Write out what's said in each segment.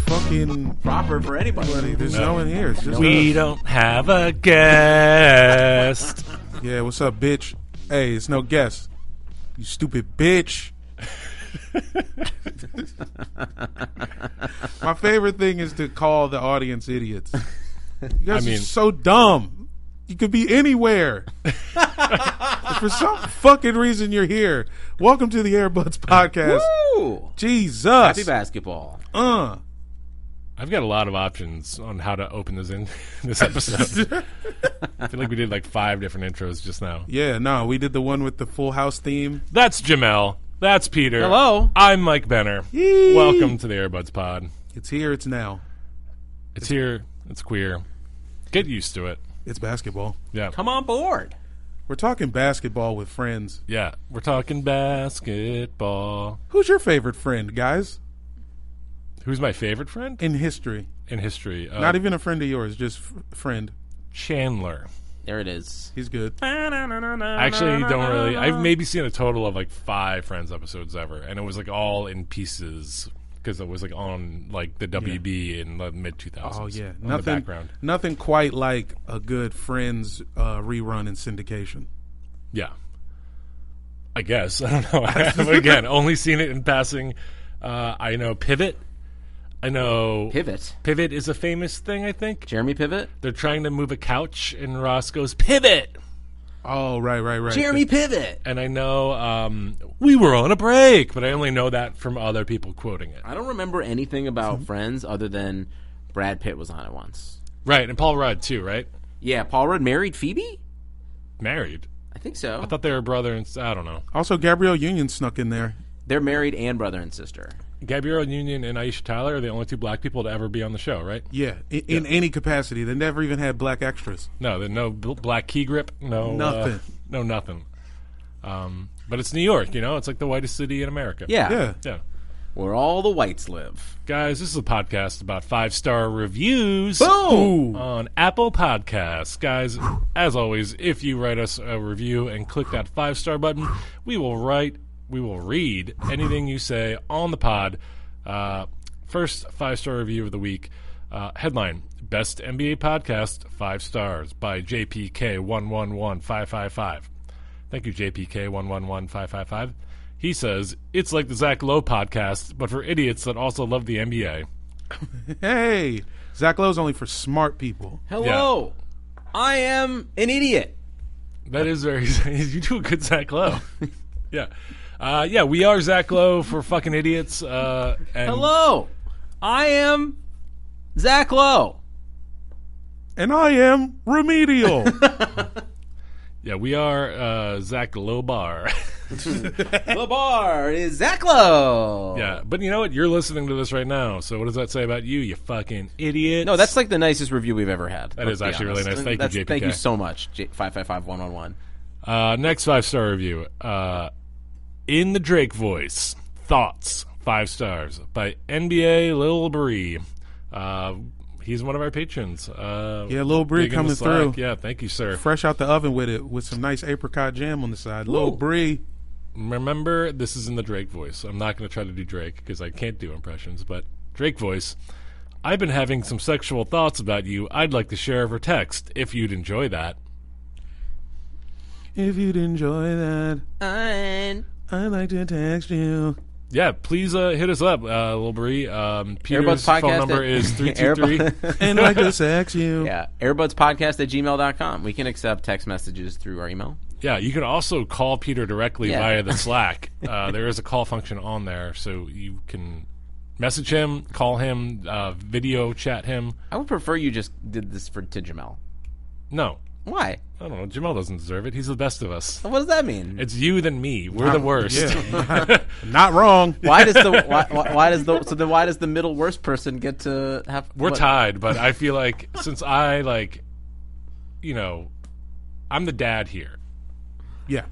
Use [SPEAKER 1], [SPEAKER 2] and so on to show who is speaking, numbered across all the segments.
[SPEAKER 1] fucking
[SPEAKER 2] Proper for anybody.
[SPEAKER 1] funny. There's no one here. It's just
[SPEAKER 3] We don't have a guest.
[SPEAKER 1] us. Yeah, what's up, bitch? Hey, it's no guest. You stupid bitch. My favorite thing is to call the audience idiots. You guys
[SPEAKER 3] mean-
[SPEAKER 1] are so dumb. You could be anywhere. But For some fucking reason, you're here. Welcome to the Airbuds podcast.
[SPEAKER 2] Ooh,
[SPEAKER 1] Jesus.
[SPEAKER 2] happy basketball.
[SPEAKER 1] Uh.
[SPEAKER 3] I've got a lot of options on how to open this in this episode. I feel like we did like five different intros just now.
[SPEAKER 1] Yeah, no, we did the one with the Full House theme.
[SPEAKER 3] That's Jamel. That's Peter.
[SPEAKER 2] Hello.
[SPEAKER 3] I'm Mike Benner.
[SPEAKER 1] Yee.
[SPEAKER 3] Welcome to the Airbuds Pod.
[SPEAKER 1] It's here. It's now.
[SPEAKER 3] It's here. It's queer. Get used to it.
[SPEAKER 1] It's basketball.
[SPEAKER 3] Yeah.
[SPEAKER 2] Come on board.
[SPEAKER 1] We're talking basketball with friends.
[SPEAKER 3] Yeah. We're talking basketball.
[SPEAKER 1] Who's your favorite friend, guys,
[SPEAKER 3] Who's my favorite friend
[SPEAKER 1] in history?
[SPEAKER 3] in history? Uh,
[SPEAKER 1] Not even a friend of yours, just f- friend.
[SPEAKER 3] Chandler.
[SPEAKER 2] There it is.
[SPEAKER 1] He's good.
[SPEAKER 3] I actually don't really. I've maybe seen a total of like five Friends episodes ever, and it was like all in pieces because it was like on like the WB in the mid 2000s.
[SPEAKER 1] Oh yeah,
[SPEAKER 3] in the
[SPEAKER 1] nothing.
[SPEAKER 3] background.
[SPEAKER 1] Nothing quite like a good Friends uh, rerun in syndication.
[SPEAKER 3] Yeah, I guess I don't know. I have, again, only seen it in passing. Uh, I know Pivot. I know
[SPEAKER 2] Pivot.
[SPEAKER 3] Pivot is a famous thing. I think
[SPEAKER 2] Jeremy Pivot?
[SPEAKER 3] they're trying to move a couch, and Ross goes Pivot.
[SPEAKER 1] Oh right, right, right.
[SPEAKER 2] Jeremy Pivot.
[SPEAKER 3] And I know um, we were on a break, but I only know that from other people quoting it.
[SPEAKER 2] I don't remember anything about Friends other than Brad Pitt was on it once.
[SPEAKER 3] Right, and Paul Rudd too. Right.
[SPEAKER 2] Yeah, Paul Rudd married Phoebe?
[SPEAKER 3] married.
[SPEAKER 2] I think so.
[SPEAKER 3] I thought they were brother and s- I don't know.
[SPEAKER 1] Also, Gabrielle Union snuck in there.
[SPEAKER 2] They're married and brother and sister.
[SPEAKER 3] Gabrielle Union and Aisha Tyler are the only two black people to ever be on the show, right?
[SPEAKER 1] Yeah, in, in any capacity. They never even had black extras.
[SPEAKER 3] No, there's no bl- black key grip, no uh,
[SPEAKER 1] Nothing.
[SPEAKER 3] no nothing. Um, but it's New York, you know. It's like the whitest city in America.
[SPEAKER 2] Yeah.
[SPEAKER 1] Yeah,
[SPEAKER 3] yeah.
[SPEAKER 2] Where all the whites live.
[SPEAKER 3] Guys, this is a podcast about five star reviews
[SPEAKER 2] Boom!
[SPEAKER 3] on Apple Podcasts. Guys, as always, if you write us a review and click that five star button, we will write, we will read anything you say on the pod. Uh, first five star review of the week uh, headline Best NBA Podcast, five stars by JPK111555. Thank you, JPK111555. He says, It's like the Zach Lowe podcast, but for idiots that also love the NBA.
[SPEAKER 1] Hey, Zach Lowe's only for smart people.
[SPEAKER 2] Hello. I am an idiot.
[SPEAKER 3] That is very. You do a good Zach Lowe. yeah. Uh, yeah, we are Zach Lowe for fucking idiots. Uh, and
[SPEAKER 2] Hello. I am Zach Lowe.
[SPEAKER 1] And I am remedial.
[SPEAKER 3] Yeah, we are uh, Zach Lobar.
[SPEAKER 2] the bar is Zach Lowe.
[SPEAKER 3] yeah, but you know what? You're listening to this right now, so what does that say about you, you fucking idiot?
[SPEAKER 2] No, that's like the nicest review we've ever had.
[SPEAKER 3] That
[SPEAKER 2] let's
[SPEAKER 3] is
[SPEAKER 2] be
[SPEAKER 3] actually really
[SPEAKER 2] honest.
[SPEAKER 3] nice. Thank you,
[SPEAKER 2] That's-
[SPEAKER 3] JPK.
[SPEAKER 2] Thank you so much, J- 555111.
[SPEAKER 3] Uh, next five star review. Uh, in the Drake voice. Thoughts. Five stars by NBA Lil Bree. Uh, he's one of our patrons. Uh,
[SPEAKER 1] Yeah, Lil Bree
[SPEAKER 3] big in the
[SPEAKER 1] coming
[SPEAKER 3] slack.
[SPEAKER 1] through.
[SPEAKER 3] Yeah, thank you, sir.
[SPEAKER 1] Fresh out the oven with it, with some nice apricot jam on the side. Lil Bree.
[SPEAKER 3] Remember, this is in the Drake voice. I'm not going to try to do Drake because I can't do impressions, but Drake voice. I've been having some sexual thoughts about you. I'd like to share over text if you'd enjoy that.
[SPEAKER 1] If you'd enjoy that,
[SPEAKER 2] And
[SPEAKER 1] I'd like to text you.
[SPEAKER 3] yeah, please uh, hit us up, uh, Lil Bree. Um, Peter's
[SPEAKER 2] Podcast
[SPEAKER 3] phone number
[SPEAKER 2] at-
[SPEAKER 3] is three two three.
[SPEAKER 2] Airbu-
[SPEAKER 1] And I just asked you.
[SPEAKER 2] yeah, airbudspodcast at gmail.com. We can accept text messages through our email.
[SPEAKER 3] Yeah, you can also call Peter directly
[SPEAKER 2] Yeah.
[SPEAKER 3] via the Slack. uh, there is a call function on there, so you can message him, call him, uh, video chat him.
[SPEAKER 2] I would prefer you just did this for to Jamel.
[SPEAKER 3] No,
[SPEAKER 2] Why?
[SPEAKER 3] I don't know. Jamel doesn't deserve it. He's the best of us.
[SPEAKER 2] What does that mean?
[SPEAKER 3] It's you than me.
[SPEAKER 1] Ah,
[SPEAKER 3] We're the worst.
[SPEAKER 1] Not wrong.
[SPEAKER 2] Why does the why, why, why does the so then why does the middle worst person get to have?
[SPEAKER 3] We're
[SPEAKER 2] what-
[SPEAKER 3] tied, but I feel like since I like, you know, I'm the dad here.
[SPEAKER 1] Yeah.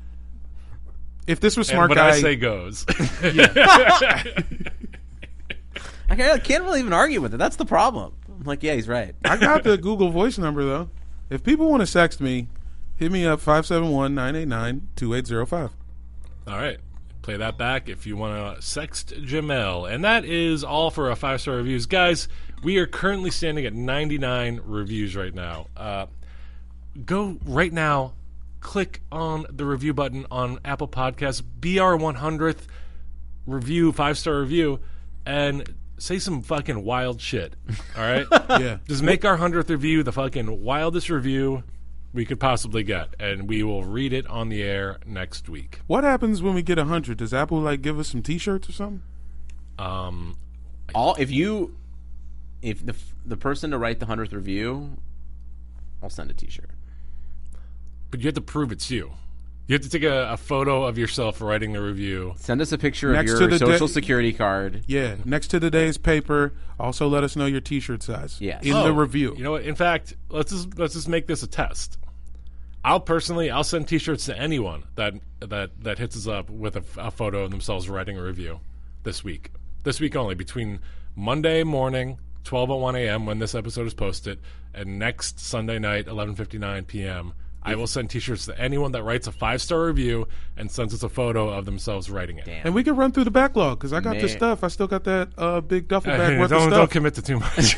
[SPEAKER 1] If this was
[SPEAKER 3] And
[SPEAKER 1] smart
[SPEAKER 3] what
[SPEAKER 1] guy,
[SPEAKER 3] I say goes.
[SPEAKER 2] I can't, I can't really even argue with it. That's the problem. I'm like, yeah, he's right.
[SPEAKER 1] I got the Google voice number though. If people want to sext me, hit me up 571-989-2805.
[SPEAKER 3] All right. Play that back if you want to sext Jamel. And that is all for our five star reviews. Guys, we are currently standing at 99 reviews right now. Uh, go right now, click on the review button on Apple Podcasts, be our 100th review, five star review, and say some fucking wild shit. All right?
[SPEAKER 1] Yeah.
[SPEAKER 3] Just make our 100th review the fucking wildest review we could possibly get, and we will read it on the air next week.
[SPEAKER 1] What happens when we get 100? Does Apple like give us some t-shirts or something?
[SPEAKER 3] Um,
[SPEAKER 2] All if you if the f- the person to write the hundredth review, I'll send a T-shirt.
[SPEAKER 3] but you have to prove it's you. You have to take a, a photo of yourself writing a review.
[SPEAKER 2] Send us a picture
[SPEAKER 1] Next
[SPEAKER 2] of
[SPEAKER 1] to
[SPEAKER 2] your
[SPEAKER 1] the
[SPEAKER 2] social
[SPEAKER 1] de-
[SPEAKER 2] security card.
[SPEAKER 1] Yeah, next to today's paper, also let us know your t-shirt size
[SPEAKER 2] Yes.
[SPEAKER 1] in
[SPEAKER 3] Oh,
[SPEAKER 1] the review.
[SPEAKER 3] You know what? In fact, let's just let's just make this a test. I'll personally I'll send T-shirts to anyone that that that hits us up with a, a photo of themselves writing a review this week. This week only between Monday morning 12:01 a.m. when this episode is posted and next Sunday night 11:59 p.m. I will send T-shirts to anyone that writes a five-star review and sends us a photo of themselves writing it.
[SPEAKER 2] Damn.
[SPEAKER 1] and we can run through the backlog cuz I got this
[SPEAKER 2] Man.
[SPEAKER 1] stuff. I still got that uh, big duffel
[SPEAKER 3] Hey,
[SPEAKER 1] bag worth
[SPEAKER 3] don't,
[SPEAKER 1] of
[SPEAKER 3] don't
[SPEAKER 1] stuff.
[SPEAKER 3] commit to too much.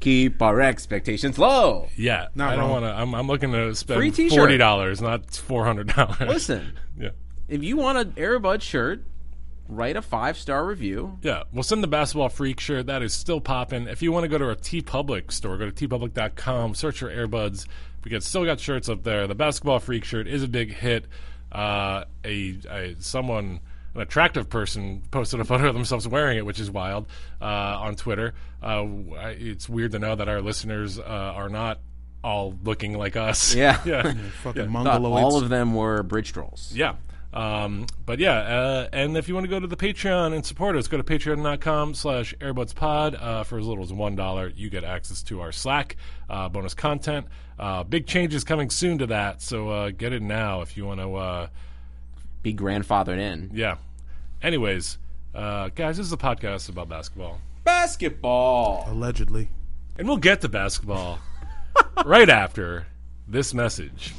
[SPEAKER 2] Keep our expectations low.
[SPEAKER 3] yeah,
[SPEAKER 1] Not
[SPEAKER 3] I don't
[SPEAKER 1] wrong.
[SPEAKER 3] want to. I'm, I'm looking to
[SPEAKER 2] Free
[SPEAKER 3] spend
[SPEAKER 2] t-shirt.
[SPEAKER 3] forty dollars, not four hundred dollars.
[SPEAKER 2] Listen,
[SPEAKER 3] yeah,
[SPEAKER 2] if you want an Airbud shirt, write a five star review.
[SPEAKER 3] yeah. We'll send the basketball freak shirt. That is still popping. If you want to go to our T Public store, go to tpublic.com. Search for Airbuds. We got still got shirts up there. The basketball freak shirt is a big hit. Uh, a, a someone. An attractive person posted a photo of themselves wearing it, which is wild, uh, on Twitter. Uh, w- I- it's weird to know that our listeners uh, are not all looking like us.
[SPEAKER 2] Yeah.
[SPEAKER 3] yeah.
[SPEAKER 1] Fucking
[SPEAKER 2] Thought
[SPEAKER 1] mongoloids.
[SPEAKER 2] all of them were bridge trolls.
[SPEAKER 3] Yeah. Um, but yeah, uh, and if you want to go to the Patreon and support us, go to patreon.com slash airbudspod. Uh, for as little as $1, you get access to our Slack, uh, bonus content. Uh, big changes coming soon to that, so uh, get it now if you want to. Uh,
[SPEAKER 2] Be grandfathered in.
[SPEAKER 3] yeah. Anyways, uh, guys, this is a podcast about basketball.
[SPEAKER 2] Basketball.
[SPEAKER 1] allegedly.
[SPEAKER 3] And we'll get to basketball right after this message.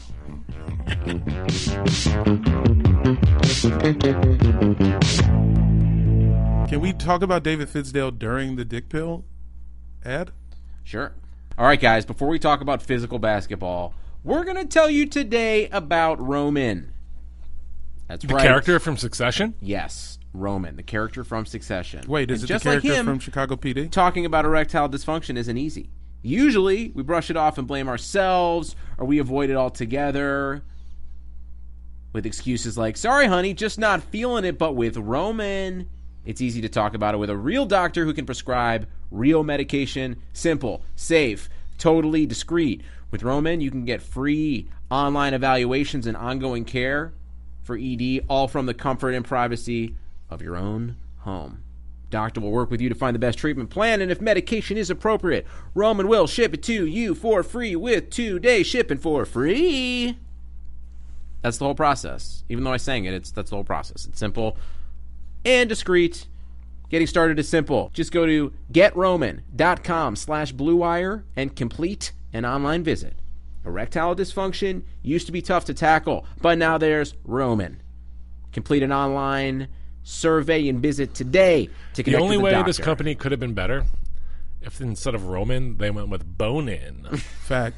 [SPEAKER 1] Can we talk about David Fidsdale during the dick pill ad?
[SPEAKER 2] Sure. All right, guys, before we talk about physical basketball, we're going to tell you today about Roman. That's right.
[SPEAKER 3] Character from Succession?
[SPEAKER 2] Yes, Roman, the character from Succession.
[SPEAKER 1] Wait, is
[SPEAKER 2] And
[SPEAKER 1] it
[SPEAKER 2] just
[SPEAKER 1] the character
[SPEAKER 2] like him,
[SPEAKER 1] from Chicago PD?
[SPEAKER 2] talking about erectile dysfunction isn't easy. Usually, we brush it off and blame ourselves, or we avoid it altogether with excuses like, sorry, honey, just not feeling it. But with Roman, it's easy to talk about it with a real doctor who can prescribe real medication. Simple, safe, totally discreet. With Roman, you can get free online evaluations and ongoing care for ED, all from the comfort and privacy of your own home. Doctor will work with you to find the best treatment plan, and if medication is appropriate, Roman will ship it to you for free with two day shipping for free. That's the whole process. Even though I sang it, it's that's the whole process. It's simple and discreet. Getting started is simple. Just go to getroman.com slash bluewire and complete an online visit. Erectile dysfunction used to be tough to tackle, but now there's Roman. Complete an online survey and visit today to
[SPEAKER 3] The
[SPEAKER 2] connect
[SPEAKER 3] only
[SPEAKER 2] with the
[SPEAKER 3] way
[SPEAKER 2] doctor.
[SPEAKER 3] this company could have been better if instead of Roman, they went with Bonin.
[SPEAKER 1] Fact.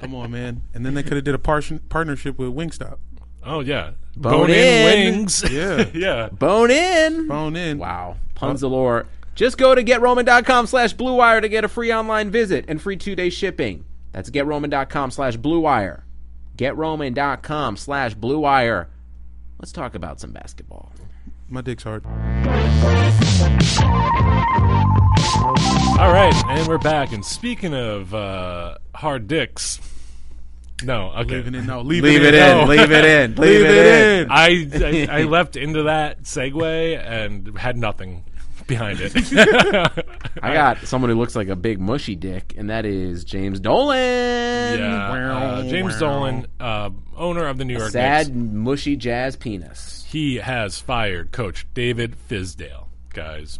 [SPEAKER 1] Come on, man. And then they could have did a par- partnership with Wingstop.
[SPEAKER 3] Oh yeah,
[SPEAKER 2] Bone in.
[SPEAKER 3] wings.
[SPEAKER 1] Yeah.
[SPEAKER 3] yeah.
[SPEAKER 2] Bone in.
[SPEAKER 1] Phone in.
[SPEAKER 2] Wow. Puns galore. Just go to getroman.com slash blue wire to get a free online visit and free two day shipping. That's getroman.com slash blue wire. Getroman.com slash blue wire. Let's talk about some basketball.
[SPEAKER 1] My dick's hard.
[SPEAKER 3] All right, and we're back. And speaking of uh, hard dicks, no, okay.
[SPEAKER 1] Leaving it no. Leave,
[SPEAKER 2] Leave it
[SPEAKER 1] it, in.
[SPEAKER 2] in.
[SPEAKER 1] no.
[SPEAKER 2] Leave it in. Leave it in.
[SPEAKER 3] I, I I left into that segue and had nothing behind it.
[SPEAKER 2] I got someone who looks like a big mushy dick, and that is James Dolan.
[SPEAKER 3] yeah, uh, James Dolan, uh, owner of the New York
[SPEAKER 2] Sad,
[SPEAKER 3] Knicks,
[SPEAKER 2] mushy jazz penis.
[SPEAKER 3] he has fired Coach David Fizdale. Guys,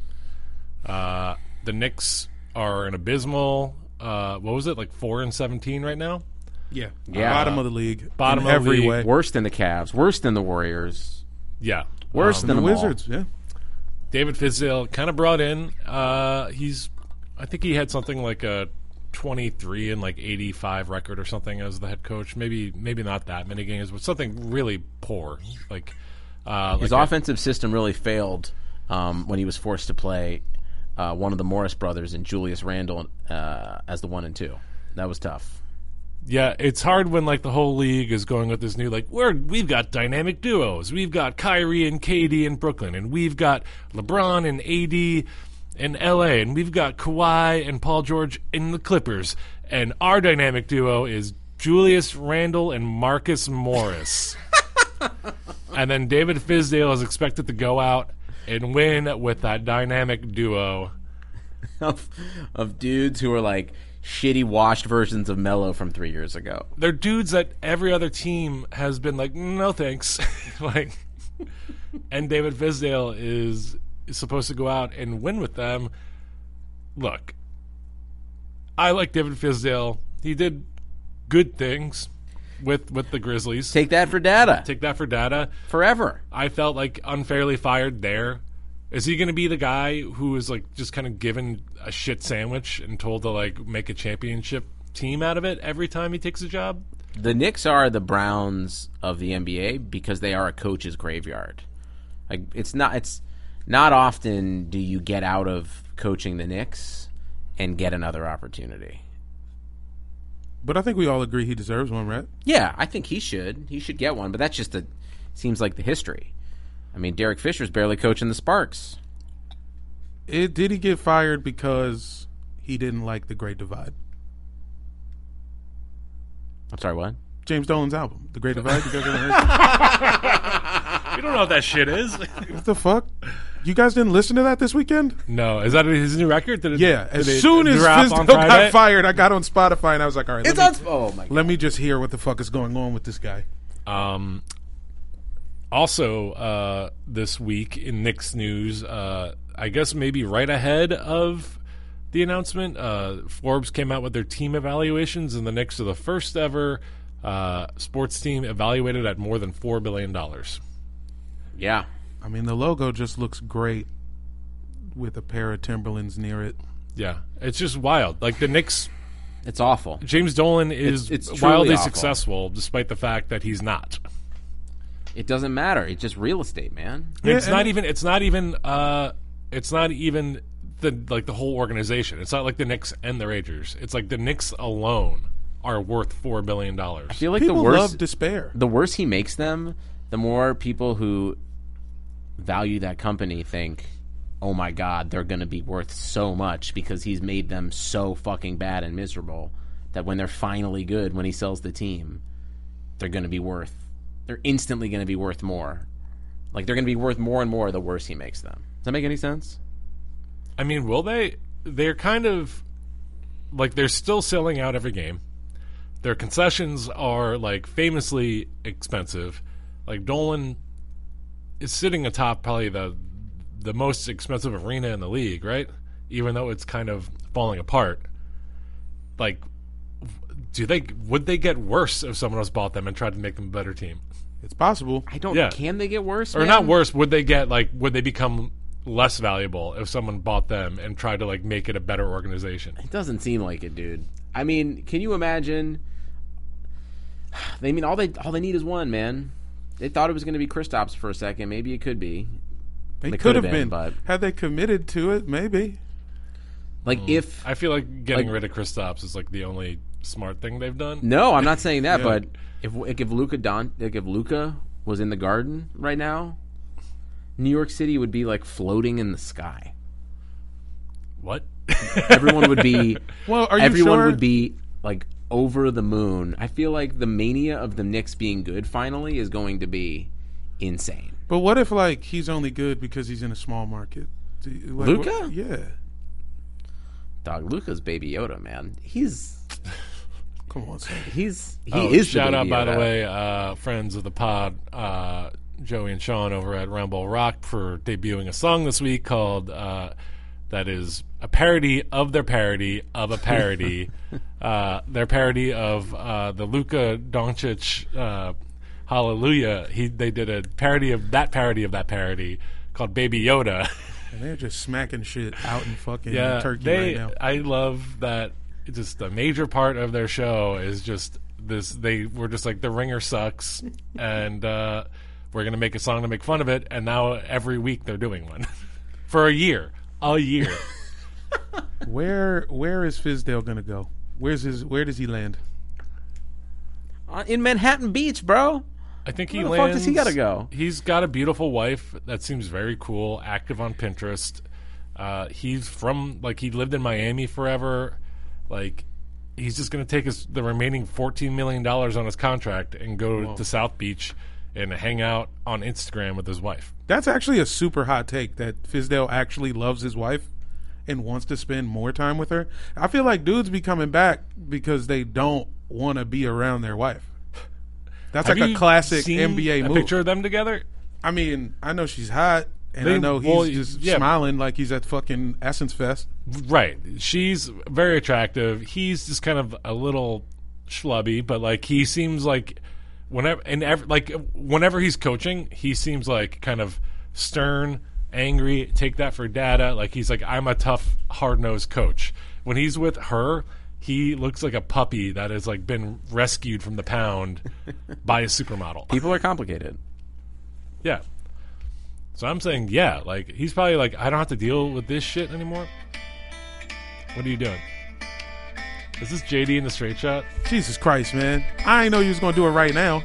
[SPEAKER 3] uh, the Knicks are an abysmal. Uh, what was it like four and seventeen right now?
[SPEAKER 1] Yeah.
[SPEAKER 2] Yeah.
[SPEAKER 1] Bottom of the league.
[SPEAKER 3] Bottom
[SPEAKER 1] in
[SPEAKER 3] of the
[SPEAKER 1] every
[SPEAKER 3] league.
[SPEAKER 1] way.
[SPEAKER 2] Worse than the Cavs. Worse than the Warriors.
[SPEAKER 3] Yeah,
[SPEAKER 2] Worse
[SPEAKER 3] Um,
[SPEAKER 2] than
[SPEAKER 1] The
[SPEAKER 2] the
[SPEAKER 1] Wizards. Yeah.
[SPEAKER 3] David Fizdale kind of brought in. Uh, he's, I think he had something like a twenty-three and like eighty-five record or something as the head coach. Maybe maybe not that many games, but something really poor. Like, uh,
[SPEAKER 2] His
[SPEAKER 3] like a-
[SPEAKER 2] offensive system really failed um, when he was forced to play uh, one of the Morris brothers and Julius Randle uh, as the one and two. That was tough.
[SPEAKER 3] yeah, it's hard when like the whole league is going with this new like we're we've got dynamic duos. We've got Kyrie and KD in Brooklyn, and we've got LeBron and AD in LA, and we've got Kawhi and Paul George in the Clippers. And our dynamic duo is Julius Randle and Marcus Morris. and then David Fizdale is expected to go out and win with that dynamic duo.
[SPEAKER 2] of, of dudes who are like shitty washed versions of Mello from three years ago.
[SPEAKER 3] they're dudes that every other team has been like, no thanks. like, and David Fizdale is, is supposed to go out and win with them. Look, I like David Fizdale. He did good things with with the Grizzlies. Take,
[SPEAKER 2] Take that for data.
[SPEAKER 3] that for data.
[SPEAKER 2] Forever.
[SPEAKER 3] I felt like unfairly fired there. Is he going to be the guy who is like just kind of given a shit sandwich and told to like make a championship team out of it every time he takes a job?
[SPEAKER 2] The Knicks are the Browns of the NBA because they are a coach's graveyard. Like it's not it's not often do you get out of coaching the Knicks and get another opportunity.
[SPEAKER 1] But I think we all agree he deserves one, right?
[SPEAKER 2] Yeah, I think he should. He should get one, but that's just the seems like the history. I mean, Derek Fisher's barely coaching the Sparks.
[SPEAKER 1] It, did he get fired because he didn't like the Great Divide?
[SPEAKER 2] I'm sorry, what?
[SPEAKER 1] James Dolan's album, The Great Divide. You guys haven't heard?
[SPEAKER 3] You don't know what that shit is.
[SPEAKER 1] what the fuck? You guys didn't listen to that this weekend?
[SPEAKER 3] no, is that his new record? Did it,
[SPEAKER 1] Yeah.
[SPEAKER 3] did
[SPEAKER 1] As
[SPEAKER 3] it
[SPEAKER 1] soon as
[SPEAKER 3] drop
[SPEAKER 1] Fizdale
[SPEAKER 3] on
[SPEAKER 1] got
[SPEAKER 3] Friday?
[SPEAKER 1] fired, I got on Spotify and I was like, all right, let, me,
[SPEAKER 2] oh my
[SPEAKER 1] let me just hear what the fuck is going on with this guy.
[SPEAKER 3] Um, also, uh, this week in Knicks news, uh, I guess maybe right ahead of the announcement, uh, Forbes came out with their team evaluations, and the Knicks are the first ever uh, sports team evaluated at more than four billion dollars.
[SPEAKER 2] Yeah,
[SPEAKER 1] I mean, the logo just looks great with a pair of Timberlands near it.
[SPEAKER 3] Yeah, it's just wild. Like the Knicks,
[SPEAKER 2] it's awful.
[SPEAKER 3] James Dolan
[SPEAKER 2] It's-
[SPEAKER 3] is
[SPEAKER 2] it's truly
[SPEAKER 3] wildly
[SPEAKER 2] awful.
[SPEAKER 3] successful, despite the fact that he's not.
[SPEAKER 2] It doesn't matter. It's just real estate, man.
[SPEAKER 3] it's
[SPEAKER 1] and-
[SPEAKER 3] not even. It's not even. Uh, it's not even the like the whole organization. It's not like the Knicks and the Rangers. It's like the Knicks alone are worth four billion
[SPEAKER 2] I
[SPEAKER 3] dollars.
[SPEAKER 2] feel like
[SPEAKER 1] People
[SPEAKER 2] the worst.
[SPEAKER 1] love despair.
[SPEAKER 2] the worse he makes them, the more people who value that company think, "Oh my god, they're going to be worth so much because he's made them so fucking bad and miserable that when they're finally good when he sells the team, they're going to be worth they're instantly going to be worth more. Like they're going to be worth more and more the worse he makes them." Does that make any sense?
[SPEAKER 3] I mean, will they? They're kind of like they're still selling out every game. Their concessions are like famously expensive. Like Dolan is sitting atop probably the the most expensive arena in the league, right? Even though it's kind of falling apart. Like do they would they get worse if someone else bought them and tried to make them a better team?
[SPEAKER 1] It's possible.
[SPEAKER 2] I don't
[SPEAKER 3] Yeah.
[SPEAKER 2] can they get worse?
[SPEAKER 3] Or
[SPEAKER 2] man?
[SPEAKER 3] not worse, would they get like would they become less valuable if someone bought them and tried to like make it a better organization?
[SPEAKER 2] It doesn't seem like it, dude. I mean, can you imagine? They mean all they all they need is one man. They thought it was going to be Kristaps for a second. Maybe it could be.
[SPEAKER 1] They
[SPEAKER 2] They
[SPEAKER 1] could have
[SPEAKER 2] could've been,
[SPEAKER 1] been,
[SPEAKER 2] but-
[SPEAKER 1] had they committed to it, maybe.
[SPEAKER 2] Like
[SPEAKER 1] Mm.
[SPEAKER 2] if
[SPEAKER 3] I feel like getting
[SPEAKER 2] Like-
[SPEAKER 3] rid of Kristaps is like the only smart thing they've done.
[SPEAKER 2] no, I'm not saying that.
[SPEAKER 1] Yeah.
[SPEAKER 2] But if like if Luca Don like if Luca was in the Garden right now, New York City would be like floating in the sky.
[SPEAKER 3] What?
[SPEAKER 2] Everyone would be
[SPEAKER 1] Well, are you
[SPEAKER 2] everyone
[SPEAKER 1] sure?
[SPEAKER 2] would be like over the moon. I feel like the mania of the Knicks being good finally is going to be insane.
[SPEAKER 1] But what if like he's only good because he's in a small market? Do you- Like, what-
[SPEAKER 2] Luka?
[SPEAKER 1] yeah.
[SPEAKER 2] Dog Luca's baby Yoda, man. He's
[SPEAKER 1] Come on, son.
[SPEAKER 2] he's he
[SPEAKER 3] Oh,
[SPEAKER 2] is the
[SPEAKER 3] shout out
[SPEAKER 2] Baby
[SPEAKER 3] by the
[SPEAKER 2] Yoda.
[SPEAKER 3] way, uh, friends of the pod, uh, Joey and Sean over at Rumble Rock for debuting a song this week called uh, that is a parody of their parody of a parody, uh, their parody of uh, the Luka Doncic uh, Hallelujah. He they did a parody of that parody of that parody called Baby Yoda.
[SPEAKER 1] And they're just smacking shit out in fucking
[SPEAKER 3] yeah,
[SPEAKER 1] Turkey
[SPEAKER 3] they,
[SPEAKER 1] right now.
[SPEAKER 3] I love that. Just a major part of their show is just this. They were just like the ringer sucks, and uh, we're gonna make a song to make fun of it. And now every week they're doing one for a year, a year.
[SPEAKER 1] Where where is Fizdale gonna go? Where's his where does he land?
[SPEAKER 2] Uh, in Manhattan Beach, bro.
[SPEAKER 3] I think he
[SPEAKER 2] Where the fuck
[SPEAKER 3] lands.
[SPEAKER 2] does he gotta go?
[SPEAKER 3] He's got a beautiful wife that seems very cool, active on Pinterest. Uh, he's from like he lived in Miami forever. Like he's just gonna take his the remaining fourteen million dollars on his contract and go to South Beach and hang out on Instagram with his wife.
[SPEAKER 1] That's actually a super hot take that Fizdale actually loves his wife and wants to spend more time with her. I feel like dudes be coming back because they don't want to be around their wife. That's
[SPEAKER 3] Have
[SPEAKER 1] like a
[SPEAKER 3] you
[SPEAKER 1] classic
[SPEAKER 3] seen
[SPEAKER 1] NBA
[SPEAKER 3] a
[SPEAKER 1] move.
[SPEAKER 3] picture of them together.
[SPEAKER 1] I mean, I know she's hot, and I
[SPEAKER 3] They-
[SPEAKER 1] know he's
[SPEAKER 3] well,
[SPEAKER 1] just
[SPEAKER 3] yeah.
[SPEAKER 1] smiling like he's at fucking Essence Fest.
[SPEAKER 3] Right. She's very attractive. He's just kind of a little schlubby, but like he seems like whenever and ev- like whenever he's coaching, he seems like kind of stern, angry. Take that for data. Like he's like I'm a tough, hard nosed coach. When he's with her, he looks like a puppy that has like been rescued from the pound by a supermodel.
[SPEAKER 2] People are complicated.
[SPEAKER 3] Yeah. So I'm saying, yeah, like he's probably like, I don't have to deal with this shit anymore. What are you doing? Is this JD in the straight shot?
[SPEAKER 1] Jesus Christ, man! I ain't know you was gonna do it right now.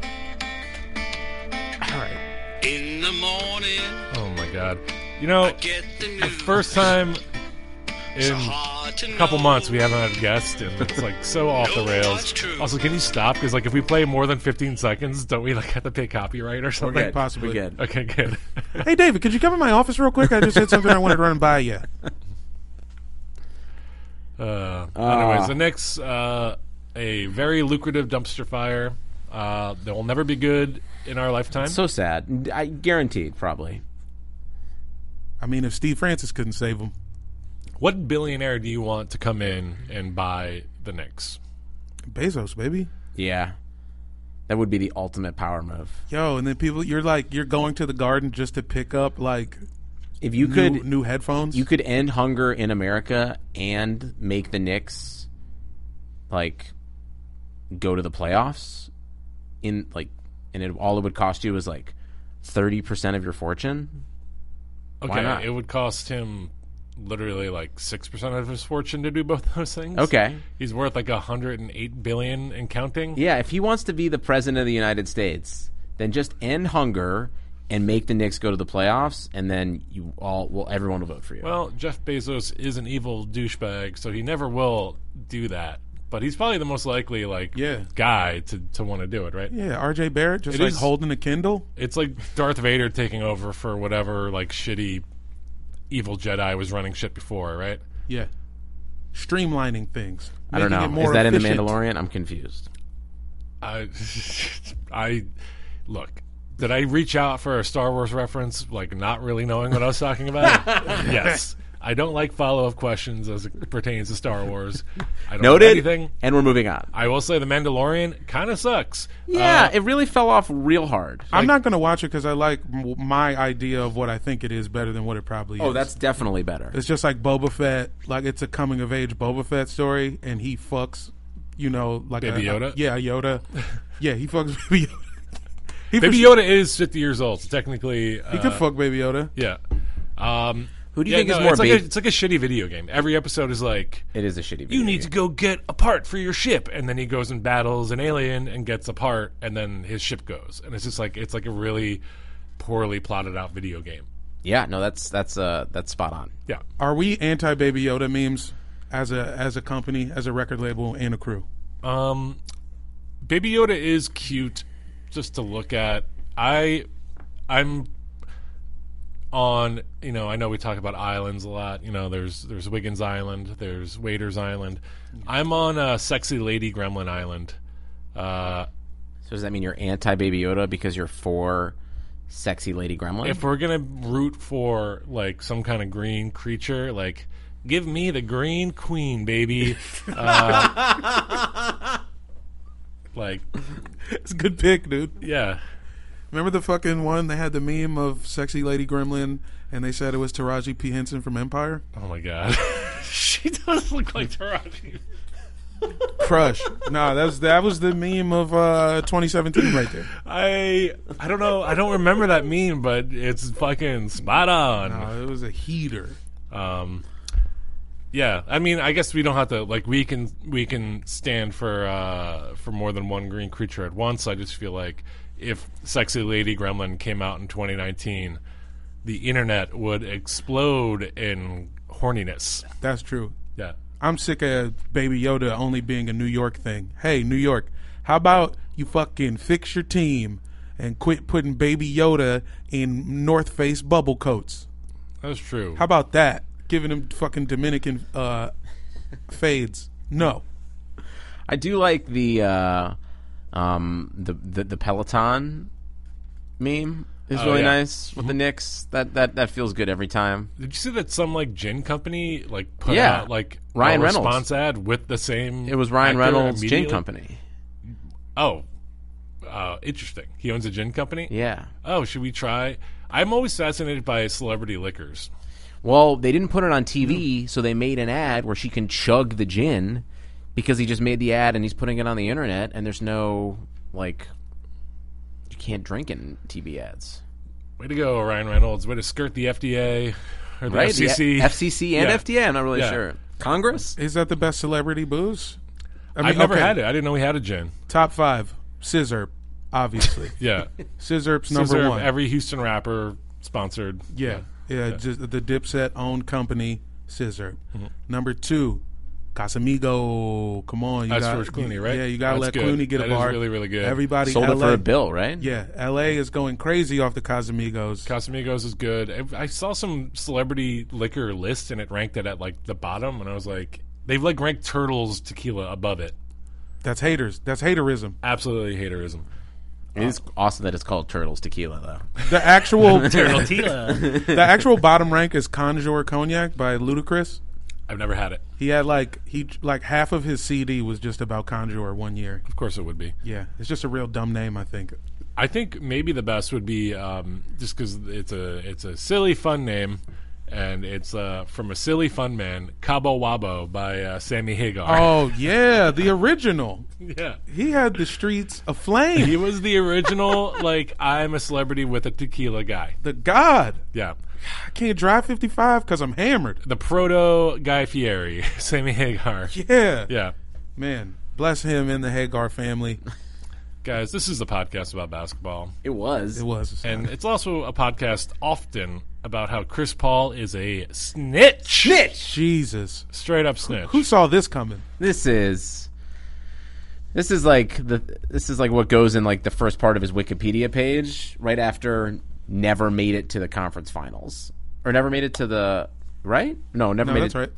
[SPEAKER 3] All right.
[SPEAKER 4] In the morning,
[SPEAKER 3] Oh my god. You know,
[SPEAKER 4] get the news.
[SPEAKER 3] the first time in a
[SPEAKER 4] Hard to
[SPEAKER 3] couple
[SPEAKER 4] know.
[SPEAKER 3] months we haven't had a guest, and it's like so off the rails. Also, can you stop? Because like if we play more than 15 seconds, don't we like have to pay copyright or something?
[SPEAKER 1] good. Possibly.
[SPEAKER 2] We're good.
[SPEAKER 3] Okay, good.
[SPEAKER 1] Hey, David, could you come in my office real quick? I just had something I wanted to run by you.
[SPEAKER 3] Uh,
[SPEAKER 2] Ah.
[SPEAKER 3] anyways, the Knicks, uh, a very lucrative dumpster fire. Uh, that will never be good in our lifetime.
[SPEAKER 2] So sad. I guaranteed probably.
[SPEAKER 1] I mean, if Steve Francis couldn't save him,
[SPEAKER 3] what billionaire do you want to come in and buy the Knicks?
[SPEAKER 1] Bezos, baby.
[SPEAKER 2] Yeah. That would be the ultimate power move.
[SPEAKER 1] Yo, and then people, you're like, you're going to the garden just to pick up like
[SPEAKER 2] If you
[SPEAKER 1] new,
[SPEAKER 2] could
[SPEAKER 1] new headphones.
[SPEAKER 2] you could end hunger in America and make the Knicks like go to the playoffs in like and it, all it would cost you is like 30% of your fortune.
[SPEAKER 3] Okay,
[SPEAKER 2] not?
[SPEAKER 3] it would cost him literally like six percent of his fortune to do both those things.
[SPEAKER 2] Okay.
[SPEAKER 3] he's worth like hundred and eight billion and counting.
[SPEAKER 2] Yeah, if he wants to be the president of the United States, then just end hunger and make the Knicks go to the playoffs and then you all well everyone will vote for you.
[SPEAKER 3] Well, Jeff Bezos is an evil douchebag, so he never will do that. But he's probably the most likely like
[SPEAKER 1] Yeah.
[SPEAKER 3] guy to to want to do it, right?
[SPEAKER 1] yeah, R.J. Barrett just
[SPEAKER 3] It
[SPEAKER 1] like
[SPEAKER 3] is-
[SPEAKER 1] holding a Kindle.
[SPEAKER 3] It's like Darth Vader taking over for whatever like shitty evil Jedi was running shit before, right?
[SPEAKER 1] Yeah, streamlining things.
[SPEAKER 2] I don't
[SPEAKER 1] making it
[SPEAKER 2] know.
[SPEAKER 1] more
[SPEAKER 2] Is that in
[SPEAKER 1] efficient.
[SPEAKER 2] the Mandalorian? I'm confused.
[SPEAKER 3] I I look, did I reach out for a Star Wars reference like not really knowing what I was talking about? yes. I don't like follow-up questions as it pertains to Star Wars. I don't know anything.
[SPEAKER 2] And we're moving on.
[SPEAKER 3] I will say the Mandalorian kind of sucks. Uh,
[SPEAKER 2] Yeah, it really fell off real hard.
[SPEAKER 1] I'm not gonna watch it because I like m- my idea of what I think it is better than what it probably is.
[SPEAKER 2] Oh, that's definitely better.
[SPEAKER 1] it's just like Boba Fett. Like it's a coming of age Boba Fett story, and he fucks, you know, like
[SPEAKER 3] Baby
[SPEAKER 1] a,
[SPEAKER 3] Yoda?
[SPEAKER 1] yeah, Yoda. yeah, he fucks Baby Yoda. He for
[SPEAKER 3] Baby
[SPEAKER 1] sure-
[SPEAKER 3] Yoda is 50 years old, so technically. Uh,
[SPEAKER 1] He could fuck Baby Yoda.
[SPEAKER 3] Yeah. Um,
[SPEAKER 2] Who do you
[SPEAKER 3] yeah,
[SPEAKER 2] think is
[SPEAKER 3] no,
[SPEAKER 2] more
[SPEAKER 3] It's like, a,
[SPEAKER 2] big-
[SPEAKER 3] it's like a shitty video game. Every episode is like,
[SPEAKER 2] It is a shitty video.
[SPEAKER 3] you need to go get a part for your ship, and then he goes and battles an alien and gets a part, and then his ship goes, and it's just like it's like a really poorly plotted out video game.
[SPEAKER 2] Yeah, no, that's that's uh that's spot on.
[SPEAKER 3] Yeah.
[SPEAKER 1] Are we anti Baby Yoda memes as a as a company, as a record label, and a crew?
[SPEAKER 3] Um, Baby Yoda is cute just to look at. I I'm on you know I know we talk about islands a lot. You know there's there's Wiggins Island, there's Waiters Island. I'm on uh, sexy lady Gremlin Island. Uh,
[SPEAKER 2] So does that mean you're anti Baby Yoda because you're for sexy lady gremlin?
[SPEAKER 3] if we're gonna root for like some kind of green creature, like give me the green queen, baby. Uh, like
[SPEAKER 1] It's a good pick, dude.
[SPEAKER 3] yeah.
[SPEAKER 1] Remember the fucking one they had the meme of sexy lady gremlin, and they said it was Taraji P Henson from Empire.
[SPEAKER 3] Oh my god. she does look like Taraji.
[SPEAKER 1] Crush. nah, that's that was the meme of uh, 2017 right there.
[SPEAKER 3] I I don't know. I don't remember that meme, but it's fucking spot on.
[SPEAKER 1] Nah, it was a heater.
[SPEAKER 3] Um yeah, I mean, I guess we don't have to like we can we can stand for uh for more than one green creature at once. I just feel like if Sexy Lady Gremlin came out in 2019, the internet would explode in horniness.
[SPEAKER 1] That's true.
[SPEAKER 3] Yeah.
[SPEAKER 1] I'm sick of Baby Yoda only being a New York thing. Hey, New York, how about you fucking fix your team and quit putting Baby Yoda in North Face bubble coats?
[SPEAKER 3] That's true.
[SPEAKER 1] How about that? Giving him fucking Dominican uh, fades. No.
[SPEAKER 2] I do like the uh um the the, the Peloton meme is
[SPEAKER 3] Oh,
[SPEAKER 2] really
[SPEAKER 3] yeah.
[SPEAKER 2] nice with the Knicks. That that that feels good every time.
[SPEAKER 3] Did you see that some like gin company like put
[SPEAKER 2] Yeah.
[SPEAKER 3] out like
[SPEAKER 2] Ryan
[SPEAKER 3] a
[SPEAKER 2] Reynolds.
[SPEAKER 3] response ad with the same?
[SPEAKER 2] It was Ryan
[SPEAKER 3] actor
[SPEAKER 2] Reynolds Gin
[SPEAKER 3] immediately?
[SPEAKER 2] Company.
[SPEAKER 3] Oh, uh, interesting. He owns a gin company.
[SPEAKER 2] Yeah.
[SPEAKER 3] Oh, should we try? I'm always fascinated by celebrity liquors.
[SPEAKER 2] Well, they didn't put it on TV, so they made an ad where she can chug the gin because he just made the ad and he's putting it on the internet and there's no like you can't drink in TV ads.
[SPEAKER 3] Way to go, Ryan Reynolds. Way to skirt the FDA or the
[SPEAKER 2] Right? The
[SPEAKER 3] FCC.
[SPEAKER 2] F- FCC and
[SPEAKER 3] Yeah.
[SPEAKER 2] FDA, I'm not really
[SPEAKER 3] Yeah.
[SPEAKER 2] sure. Congress?
[SPEAKER 1] Is that the best celebrity booze? I
[SPEAKER 3] I've never
[SPEAKER 1] okay,
[SPEAKER 3] had it. I didn't know we had a gin.
[SPEAKER 1] Top five. Scissor, obviously.
[SPEAKER 3] Yeah,
[SPEAKER 1] Scissorp's number
[SPEAKER 3] Scissor,
[SPEAKER 1] one.
[SPEAKER 3] Every Houston rapper sponsored.
[SPEAKER 1] Yeah, yeah, just the Dipset owned company, Scissor.
[SPEAKER 3] Mm-hmm.
[SPEAKER 1] Number two, Casamigo. Come on, you
[SPEAKER 3] That's
[SPEAKER 1] got,
[SPEAKER 3] George Clooney, right?
[SPEAKER 1] Yeah, you gotta
[SPEAKER 3] That's
[SPEAKER 1] let
[SPEAKER 3] good.
[SPEAKER 1] Clooney get
[SPEAKER 3] That
[SPEAKER 1] a
[SPEAKER 3] is
[SPEAKER 1] bar.
[SPEAKER 3] really, really good.
[SPEAKER 1] Everybody
[SPEAKER 2] Sold
[SPEAKER 1] LA,
[SPEAKER 2] it for a bill, right?
[SPEAKER 1] Yeah, L.A. is going crazy off the Casamigos.
[SPEAKER 3] Casamigos is good. I, I saw some celebrity liquor list and it ranked it at like the bottom, and I was like, they've like ranked Turtles tequila above it.
[SPEAKER 1] That's haters. That's haterism.
[SPEAKER 3] Absolutely haterism.
[SPEAKER 2] It is awesome that it's called Turtles Tequila though.
[SPEAKER 1] The actual, the
[SPEAKER 3] Tequila.
[SPEAKER 1] actual bottom rank is Conjure Cognac by Ludacris.
[SPEAKER 3] I've never had it.
[SPEAKER 1] He had like he like half of his CD was just about Conjure one year.
[SPEAKER 3] Of course, it would be.
[SPEAKER 1] Yeah, it's just a real dumb name, I think.
[SPEAKER 3] I think maybe the best would be um, just because it's a it's a silly fun name, and it's uh, from a silly fun man, Cabo Wabo by uh, Sammy Hagar.
[SPEAKER 1] Oh yeah, the original.
[SPEAKER 3] yeah.
[SPEAKER 1] He had the streets aflame.
[SPEAKER 3] He was the original, like, I'm a celebrity with a tequila guy.
[SPEAKER 1] the god.
[SPEAKER 3] Yeah.
[SPEAKER 1] I can't drive 55 because I'm hammered.
[SPEAKER 3] The proto Guy Fieri, Sammy Hagar.
[SPEAKER 1] Yeah.
[SPEAKER 3] Yeah.
[SPEAKER 1] Man, bless him and the Hagar family.
[SPEAKER 3] Guys, this is the podcast about basketball.
[SPEAKER 2] It was.
[SPEAKER 1] It was.
[SPEAKER 3] And it's also a podcast often about how Chris Paul is a snitch. Snitch!
[SPEAKER 1] Jesus.
[SPEAKER 3] Straight up snitch.
[SPEAKER 1] Who saw this coming?
[SPEAKER 2] this is this is like the this is like what goes in like the first part of his Wikipedia page right after never made it to the conference finals or never made it to the right? No, never
[SPEAKER 1] No,
[SPEAKER 2] made
[SPEAKER 1] that's
[SPEAKER 2] it.
[SPEAKER 1] right.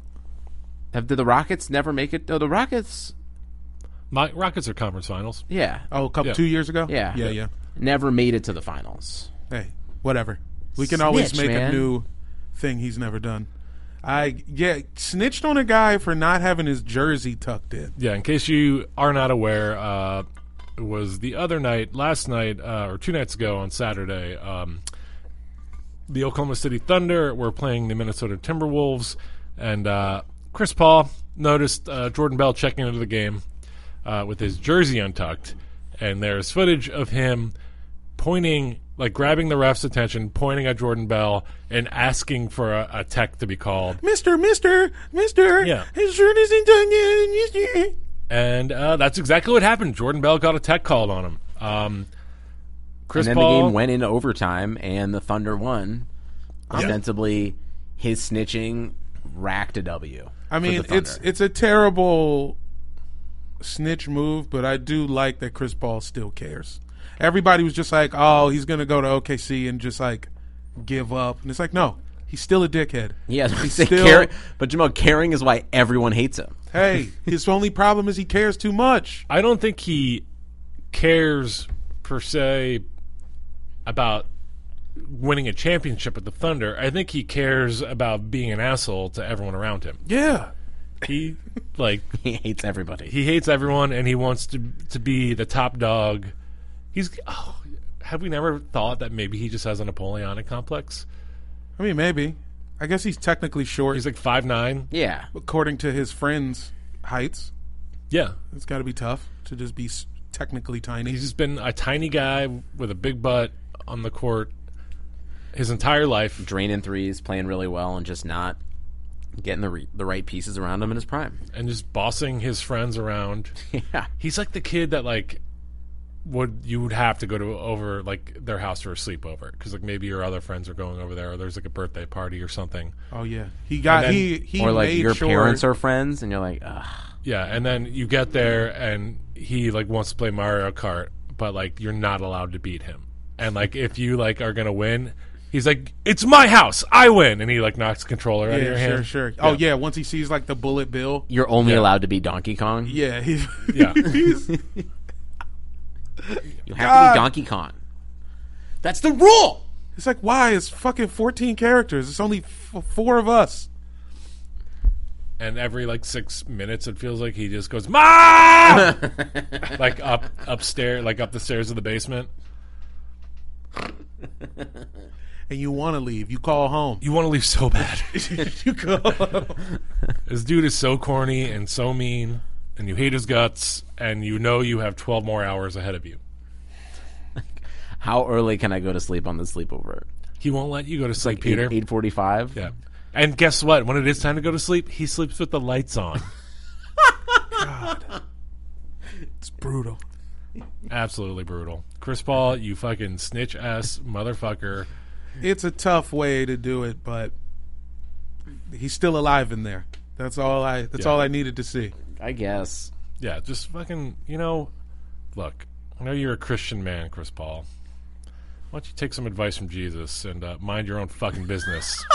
[SPEAKER 2] Have did the Rockets never make it? No, the Rockets.
[SPEAKER 3] My, Rockets are conference finals.
[SPEAKER 2] Yeah,
[SPEAKER 1] Oh, a couple,
[SPEAKER 3] Yeah.
[SPEAKER 1] two years ago?
[SPEAKER 2] Yeah.
[SPEAKER 1] Yeah, yeah.
[SPEAKER 2] never made it to the finals.
[SPEAKER 1] Hey, whatever. We can always
[SPEAKER 2] Snitch,
[SPEAKER 1] make
[SPEAKER 2] man.
[SPEAKER 1] a new thing he's never done. I, yeah, snitched on a guy for not having his jersey tucked in.
[SPEAKER 3] Yeah, in case you are not aware, uh, it was the other night, last night, uh, or two nights ago on Saturday, um, the Oklahoma City Thunder were playing the Minnesota Timberwolves, and uh, Chris Paul noticed uh, Jordan Bell checking into the game uh, with his jersey untucked, and there's footage of him pointing, like grabbing the ref's attention, pointing at Jordan Bell, and asking for a, a tech to be called.
[SPEAKER 1] Mister, Mister, Mister.
[SPEAKER 3] Yeah.
[SPEAKER 1] His shirt isn't done yet, Mister.
[SPEAKER 3] And uh, that's exactly what happened. Jordan Bell got a tech called on him. Um, Chris
[SPEAKER 2] and then
[SPEAKER 3] Paul
[SPEAKER 2] the game went into overtime, and the Thunder won. Ostensibly, his snitching racked a W.
[SPEAKER 1] I
[SPEAKER 2] for the
[SPEAKER 1] mean, it's
[SPEAKER 2] Thunder.
[SPEAKER 1] it's a terrible snitch move, but I do like that Chris Paul still cares. Everybody was just like, "Oh, he's gonna go to OKC and just like give up," and it's like, no, he's still a dickhead.
[SPEAKER 2] yeah,
[SPEAKER 1] he's
[SPEAKER 2] they
[SPEAKER 1] still-
[SPEAKER 2] care- but Jamal caring is why everyone hates him.
[SPEAKER 1] Hey, his only problem is he cares too much.
[SPEAKER 3] I don't think he cares per se about winning a championship with the Thunder. I think he cares about being an asshole to everyone around him.
[SPEAKER 1] Yeah,
[SPEAKER 3] He like
[SPEAKER 2] He hates everybody.
[SPEAKER 3] he hates everyone and he wants to to be the top dog. He's oh, have we never thought that maybe he just has a Napoleonic complex?
[SPEAKER 1] I mean, maybe. I guess he's technically short,
[SPEAKER 3] He's like five nine.
[SPEAKER 2] yeah,
[SPEAKER 1] according to his friends' heights.
[SPEAKER 3] Yeah,
[SPEAKER 1] It's got to be tough to just be s- technically tiny.
[SPEAKER 3] he's just been a tiny guy with a big butt on the court his entire life.
[SPEAKER 2] draining threes, playing really well, and just not getting the re- the right pieces around him in his prime.
[SPEAKER 3] and just bossing his friends around.
[SPEAKER 2] Yeah,
[SPEAKER 3] He's like the kid that like would you would have to go to over like their house for a sleepover because like maybe your other friends are going over there or there's like a birthday party or something.
[SPEAKER 1] Oh yeah, he got
[SPEAKER 3] And then-
[SPEAKER 1] he he
[SPEAKER 2] or like
[SPEAKER 1] made
[SPEAKER 2] your
[SPEAKER 1] sure.
[SPEAKER 2] parents are friends, and you're like, Ugh.
[SPEAKER 3] Yeah, and then you get there and he like wants to play Mario Kart, but like you're not allowed to beat him. And like if you like are gonna win, he's like, "It's my house, I win," and he like knocks the controller out of your
[SPEAKER 1] yeah, sure,
[SPEAKER 3] hand.
[SPEAKER 1] sure. Oh yeah, once he sees like the bullet bill,
[SPEAKER 2] you're only allowed to be Donkey Kong.
[SPEAKER 1] Yeah, he's
[SPEAKER 3] Yeah.
[SPEAKER 1] he's-
[SPEAKER 2] You have to be
[SPEAKER 1] God.
[SPEAKER 2] Donkey Kong. That's the rule.
[SPEAKER 1] it's like why it's fucking fourteen characters. It's only f- four of us.
[SPEAKER 3] and every like six minutes it feels like he just goes ma like up upstairs like up the stairs of the basement
[SPEAKER 1] And you want to leave? You call home.
[SPEAKER 3] you want to leave so bad
[SPEAKER 1] you go.
[SPEAKER 3] this dude is so corny and so mean and you hate his guts and you know you have 12 more hours ahead of you
[SPEAKER 2] How early can I go to sleep on the sleepover?
[SPEAKER 3] he won't let you go to sleep peter
[SPEAKER 2] eight forty-five.
[SPEAKER 3] yeah and guess what when it is time to go to sleep he sleeps with the lights on
[SPEAKER 1] It's brutal.
[SPEAKER 3] absolutely brutal chris paul you fucking snitch ass motherfucker
[SPEAKER 1] It's a tough way to do it, but he's still alive in there. That's all I. That's
[SPEAKER 3] Yeah.
[SPEAKER 1] all I needed to see.
[SPEAKER 2] I guess.
[SPEAKER 3] Yeah, just fucking, you know, look, I know you're a Christian man, Chris Paul. Why don't you take some advice from Jesus and uh, mind your own fucking business?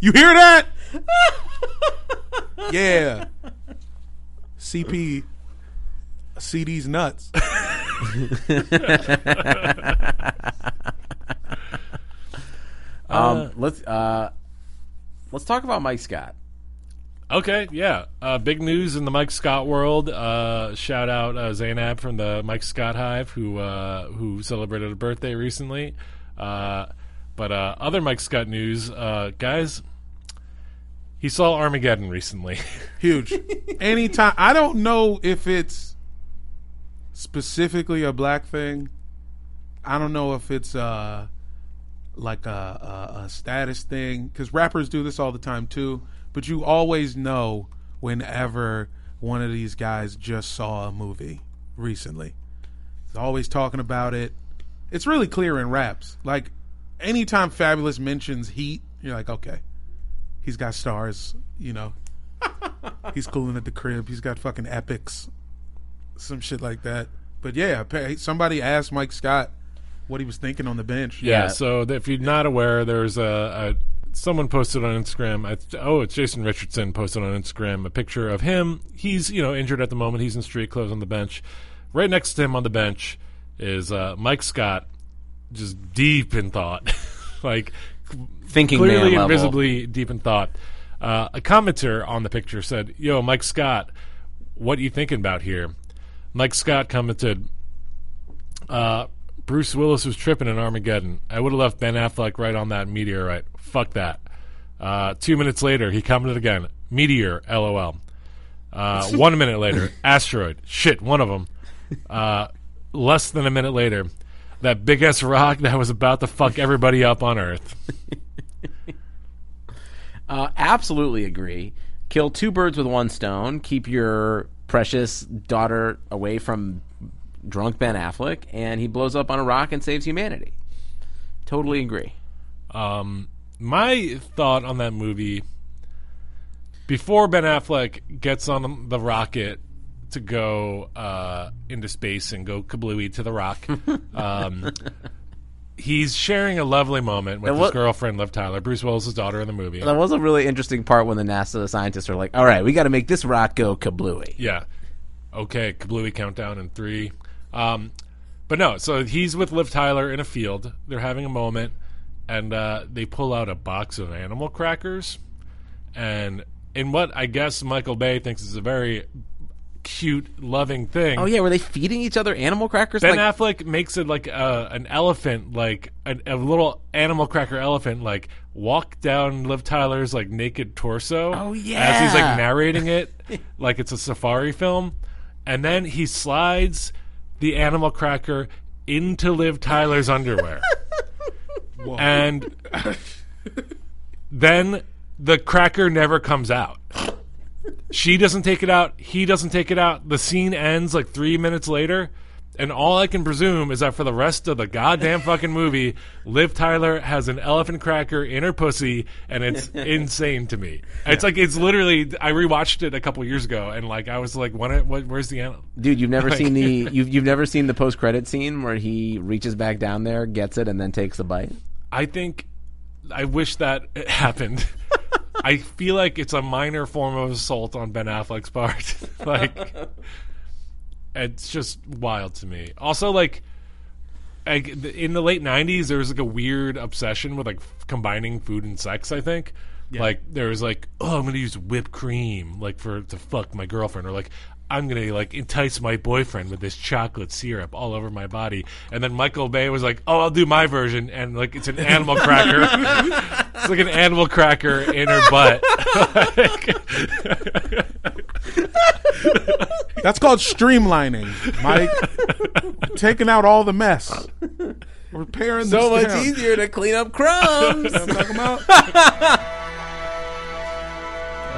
[SPEAKER 1] You hear that? yeah. CP. CD's nuts.
[SPEAKER 2] Um, let's uh, let's talk about Mike Scott.
[SPEAKER 3] okay, yeah. Uh, big news in the Mike Scott world. Uh, shout out uh, Zainab from the Mike Scott Hive who uh, who celebrated a birthday recently. Uh, but uh, other Mike Scott news, uh, guys. He saw Armageddon recently.
[SPEAKER 1] Huge. Anytime. I don't know if it's specifically a black thing. I don't know if it's uh like a, a, a status thing because rappers do this all the time too. But you always know whenever one of these guys just saw a movie recently. He's always talking about it. It's really clear in raps. Like anytime Fabulous mentions Heat, you're like, okay, he's got stars. You know, he's cooling at the crib. He's got fucking epics, some shit like that. But yeah, appa- somebody asked Mike Scott what he was thinking on the bench.
[SPEAKER 3] Yeah.
[SPEAKER 2] Yeah.
[SPEAKER 3] So that if you're not aware, there's a, a someone posted on Instagram. I, oh, it's Jason Richardson posted on Instagram a picture of him. He's you know injured at the moment. He's in street clothes on the bench. Right next to him on the bench is uh, Mike Scott, just deep in thought, like
[SPEAKER 2] Thinking
[SPEAKER 3] clearly
[SPEAKER 2] man
[SPEAKER 3] and
[SPEAKER 2] level.
[SPEAKER 3] visibly deep in thought. Uh, a commenter on the picture said, "Yo, Mike Scott, what you thinking about here?" Mike Scott commented, uh, "Bruce Willis was tripping in Armageddon. I would have left Ben Affleck right on that meteorite. Fuck that." Uh, two minutes later, he commented again, "Meteor, lol." Uh, one minute later, asteroid. Shit, one of them. Uh, less than a minute later, that big ass rock that was about to fuck everybody up on Earth.
[SPEAKER 2] Uh, absolutely agree. Kill two birds with one stone. Keep your precious daughter away from drunk Ben Affleck, and he blows up on a rock and saves humanity. Totally agree.
[SPEAKER 3] Um, my thought on that movie before Ben Affleck gets on the rocket to go uh, into space and go kablooey to the rock, um, he's sharing a lovely moment with
[SPEAKER 2] Now,
[SPEAKER 3] his
[SPEAKER 2] what-
[SPEAKER 3] girlfriend, Liv Tyler, Bruce Willis' daughter in the movie.
[SPEAKER 2] That was a really interesting part when the NASA scientists are like, "All right, we got to make this rock go kablooey."
[SPEAKER 3] Yeah. Okay, Kablooey countdown in three. Um, but no, so he's with Liv Tyler in a field. They're having a moment, and uh, they pull out a box of animal crackers. And in what I guess Michael Bay thinks is a very cute, loving thing,
[SPEAKER 2] Oh yeah, were they feeding each other animal crackers?
[SPEAKER 3] Ben
[SPEAKER 2] like,
[SPEAKER 3] Affleck makes it like a, an elephant, like a, a little animal cracker elephant, like walk down Liv Tyler's like naked torso.
[SPEAKER 2] Oh,
[SPEAKER 3] as he's
[SPEAKER 2] yeah.
[SPEAKER 3] like narrating it, like it's a safari film, and then he slides the animal cracker into Liv Tyler's underwear, and then the cracker never comes out. She doesn't take it out. He doesn't take it out. The scene ends like three minutes later. And all I can presume is that for the rest of the goddamn fucking movie, Liv Tyler has an elephant cracker in her pussy, and it's insane to me. It's like it's literally. I rewatched it a couple years ago, and like I was like, "What? what where's the animal?"
[SPEAKER 2] dude, you've never seen the you've you've never seen the post credit scene where he reaches back down there, gets it, and then takes a bite.
[SPEAKER 3] I think I wish that it happened. I feel like it's a minor form of assault on Ben Affleck's part. like it's just wild to me. Also like I, in the late 90s there was like a weird obsession with like f- combining food and sex, I think. Like there was like, "Oh, I'm going to use whipped cream like for to fuck my girlfriend" or like I'm gonna like entice my boyfriend with this chocolate syrup all over my body, and then Michael Bay was like, "Oh, I'll do my version," and like it's an animal cracker, it's like an animal cracker in her butt.
[SPEAKER 1] That's called streamlining, Mike. Taking out all the mess. Repairing
[SPEAKER 2] So
[SPEAKER 1] this
[SPEAKER 2] much
[SPEAKER 1] down.
[SPEAKER 2] easier to clean up crumbs.
[SPEAKER 1] You know what I'm talking about?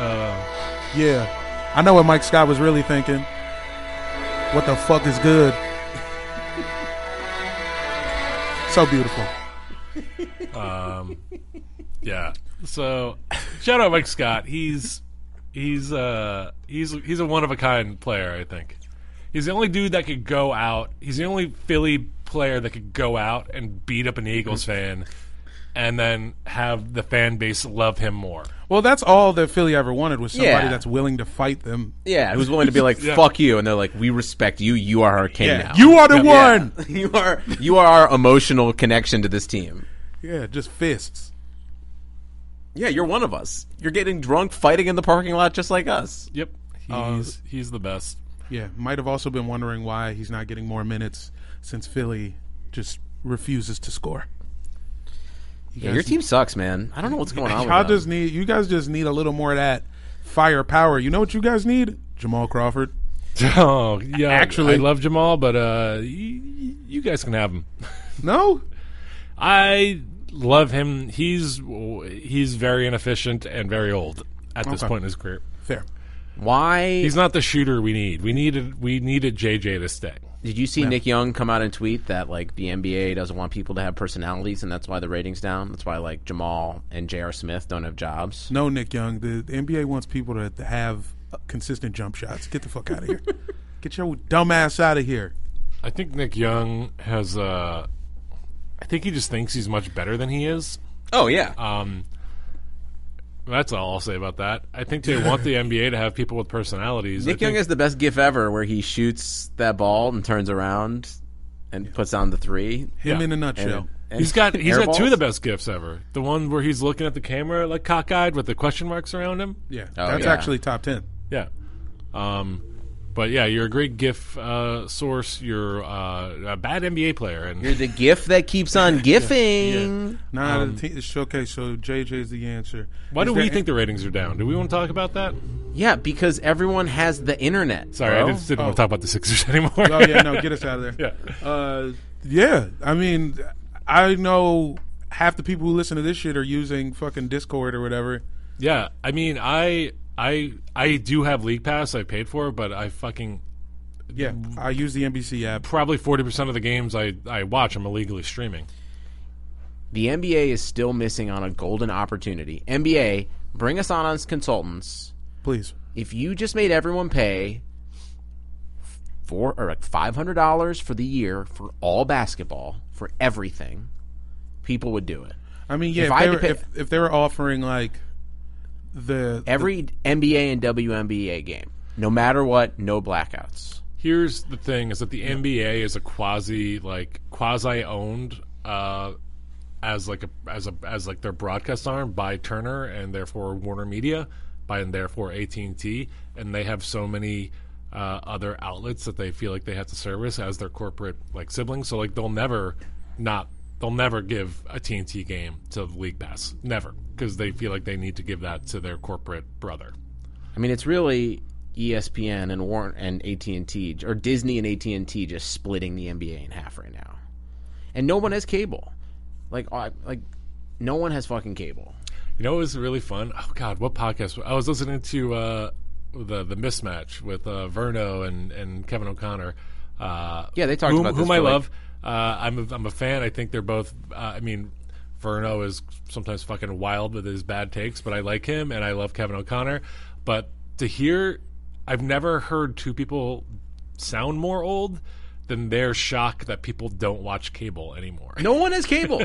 [SPEAKER 1] Uh, yeah. I know what Mike Scott was really thinking. What the fuck is good? so beautiful.
[SPEAKER 3] Yeah. So, shout out Mike Scott. He's he's uh he's he's a one of a kind player. I think he's the only dude that could go out. He's the only Philly player that could go out and beat up an Eagles fan, and then have the fan base love him more.
[SPEAKER 1] Well, that's all that Philly ever wanted was somebody
[SPEAKER 2] Yeah.
[SPEAKER 1] that's willing to fight them.
[SPEAKER 2] yeah, who's willing to be like, "Fuck you," and they're like, "We respect you. You are our king now.
[SPEAKER 1] You are the
[SPEAKER 2] Yeah.
[SPEAKER 1] one.
[SPEAKER 2] you are you are our emotional connection to this team.
[SPEAKER 1] Yeah, just fists.
[SPEAKER 2] Yeah, you're one of us. You're getting drunk, fighting in the parking lot, just like us.
[SPEAKER 3] Yep. Um, He's he's the best.
[SPEAKER 1] Yeah, might have also been wondering why he's not getting more minutes since Philly just refuses to score.
[SPEAKER 2] Yeah,
[SPEAKER 1] You guys-
[SPEAKER 2] your team sucks, man. I don't know what's going on.
[SPEAKER 1] Y'all
[SPEAKER 2] with them.
[SPEAKER 1] just need you guys just need a little more of that firepower. You know what you guys need? Jamal Crawford.
[SPEAKER 3] Oh yeah,
[SPEAKER 1] Actually-
[SPEAKER 3] I love Jamal, but uh, y- y- you guys can have him.
[SPEAKER 1] No?
[SPEAKER 3] I love him. He's he's very inefficient and very old at this
[SPEAKER 1] Okay.
[SPEAKER 3] point in his career.
[SPEAKER 1] Fair.
[SPEAKER 2] Why
[SPEAKER 3] He's not the shooter we need. We needed we needed JJ to stay.
[SPEAKER 2] did you see Nick Young come out and tweet that like the NBA doesn't want people to have personalities and that's why the ratings down? That's why like Jamal and J.R. Smith don't have jobs.
[SPEAKER 1] No, Nick Young. The, the NBA wants people to, to have consistent jump shots. Get the fuck out of here. Get your dumbass out of here.
[SPEAKER 3] I think Nick Young has. Uh, I think he just thinks he's much better than he is.
[SPEAKER 2] Oh yeah.
[SPEAKER 3] Uh, That's all I'll say about that. I think they want the NBA to have people with personalities. I
[SPEAKER 2] Nick Young
[SPEAKER 3] think-
[SPEAKER 2] has the best gif ever where he shoots that ball and turns around and puts on the three.
[SPEAKER 1] Him
[SPEAKER 3] Yeah.
[SPEAKER 1] in a
[SPEAKER 2] And-
[SPEAKER 1] nutshell.
[SPEAKER 2] and
[SPEAKER 3] He's got he's
[SPEAKER 2] air
[SPEAKER 3] got two of the
[SPEAKER 2] balls.
[SPEAKER 3] best gifts ever. The one where he's looking at the camera like cockeyed with the question marks around him.
[SPEAKER 1] yeah.
[SPEAKER 2] Oh,
[SPEAKER 1] that's
[SPEAKER 2] yeah.
[SPEAKER 1] actually top ten.
[SPEAKER 3] Yeah. Um, But yeah, you're a great GIF uh, source. You're uh, a bad NBA player, and
[SPEAKER 2] You're the gift that keeps on gifting.
[SPEAKER 1] Nine out
[SPEAKER 2] Um,
[SPEAKER 1] of the te- showcase. So JJ's the answer.
[SPEAKER 3] why
[SPEAKER 1] Is
[SPEAKER 3] do
[SPEAKER 1] there
[SPEAKER 3] we think the ratings are down? Do we want to talk about that?
[SPEAKER 2] Yeah. because everyone has the internet.
[SPEAKER 3] Sorry,
[SPEAKER 2] bro.
[SPEAKER 3] I just didn't want
[SPEAKER 1] Oh.
[SPEAKER 3] to talk about the Sixers anymore.
[SPEAKER 1] Oh yeah, no, get us out of there.
[SPEAKER 3] Yeah.
[SPEAKER 1] Uh, yeah. I mean, I know half the people who listen to this shit are using fucking Discord or whatever.
[SPEAKER 3] Yeah, I mean, I I I do have League Pass. I paid for, it, but I fucking
[SPEAKER 1] Yeah, I use the NBC app.
[SPEAKER 3] probably forty percent of the games I I watch I'm illegally streaming.
[SPEAKER 2] The NBA is still missing on a golden opportunity. NBA, bring us on as consultants.
[SPEAKER 1] Please.
[SPEAKER 2] If you just made everyone pay four or like five hundred dollars for the year for all basketball for everything, people would do it.
[SPEAKER 1] I mean, yeah.
[SPEAKER 2] If
[SPEAKER 1] If,
[SPEAKER 2] I
[SPEAKER 1] they
[SPEAKER 2] had
[SPEAKER 1] were,
[SPEAKER 2] to pay-
[SPEAKER 1] if, if they were offering like the
[SPEAKER 2] Every NBA and WNBA game, no matter what, no blackouts.
[SPEAKER 3] Here's the thing: is that the NBA is a quasi like quasi owned uh, as like a as a as like their broadcast arm by Turner and therefore Warner Media, by and therefore AT and T, and they have so many. Uh, other outlets that they feel like they have to service as their corporate like siblings, so like they'll never not they'll never give a TNT game to the league pass, never, because they feel like they need to give that to their corporate brother.
[SPEAKER 2] I mean, it's really E ESPN and Warren and AT and T or Disney and AT and T just splitting the NBA in half right now, and no one has cable. Like, I- like no one has fucking cable.
[SPEAKER 3] You know, it was really fun. Oh God, what podcast? I was listening to uh, the the mismatch with uh, Verno and and Kevin O'Connor. Uh,
[SPEAKER 2] Yeah, they talked
[SPEAKER 3] whom,
[SPEAKER 2] about this
[SPEAKER 3] whom I
[SPEAKER 2] for, like-
[SPEAKER 3] love. Uh, I'm a, I'm a fan. I think they're both. Uh, I mean, Verno is sometimes fucking wild with his bad takes, but I like him and I love Kevin O'Connor. But to hear, I've never heard two people sound more old than their shock that people don't watch cable anymore
[SPEAKER 2] No one has cable.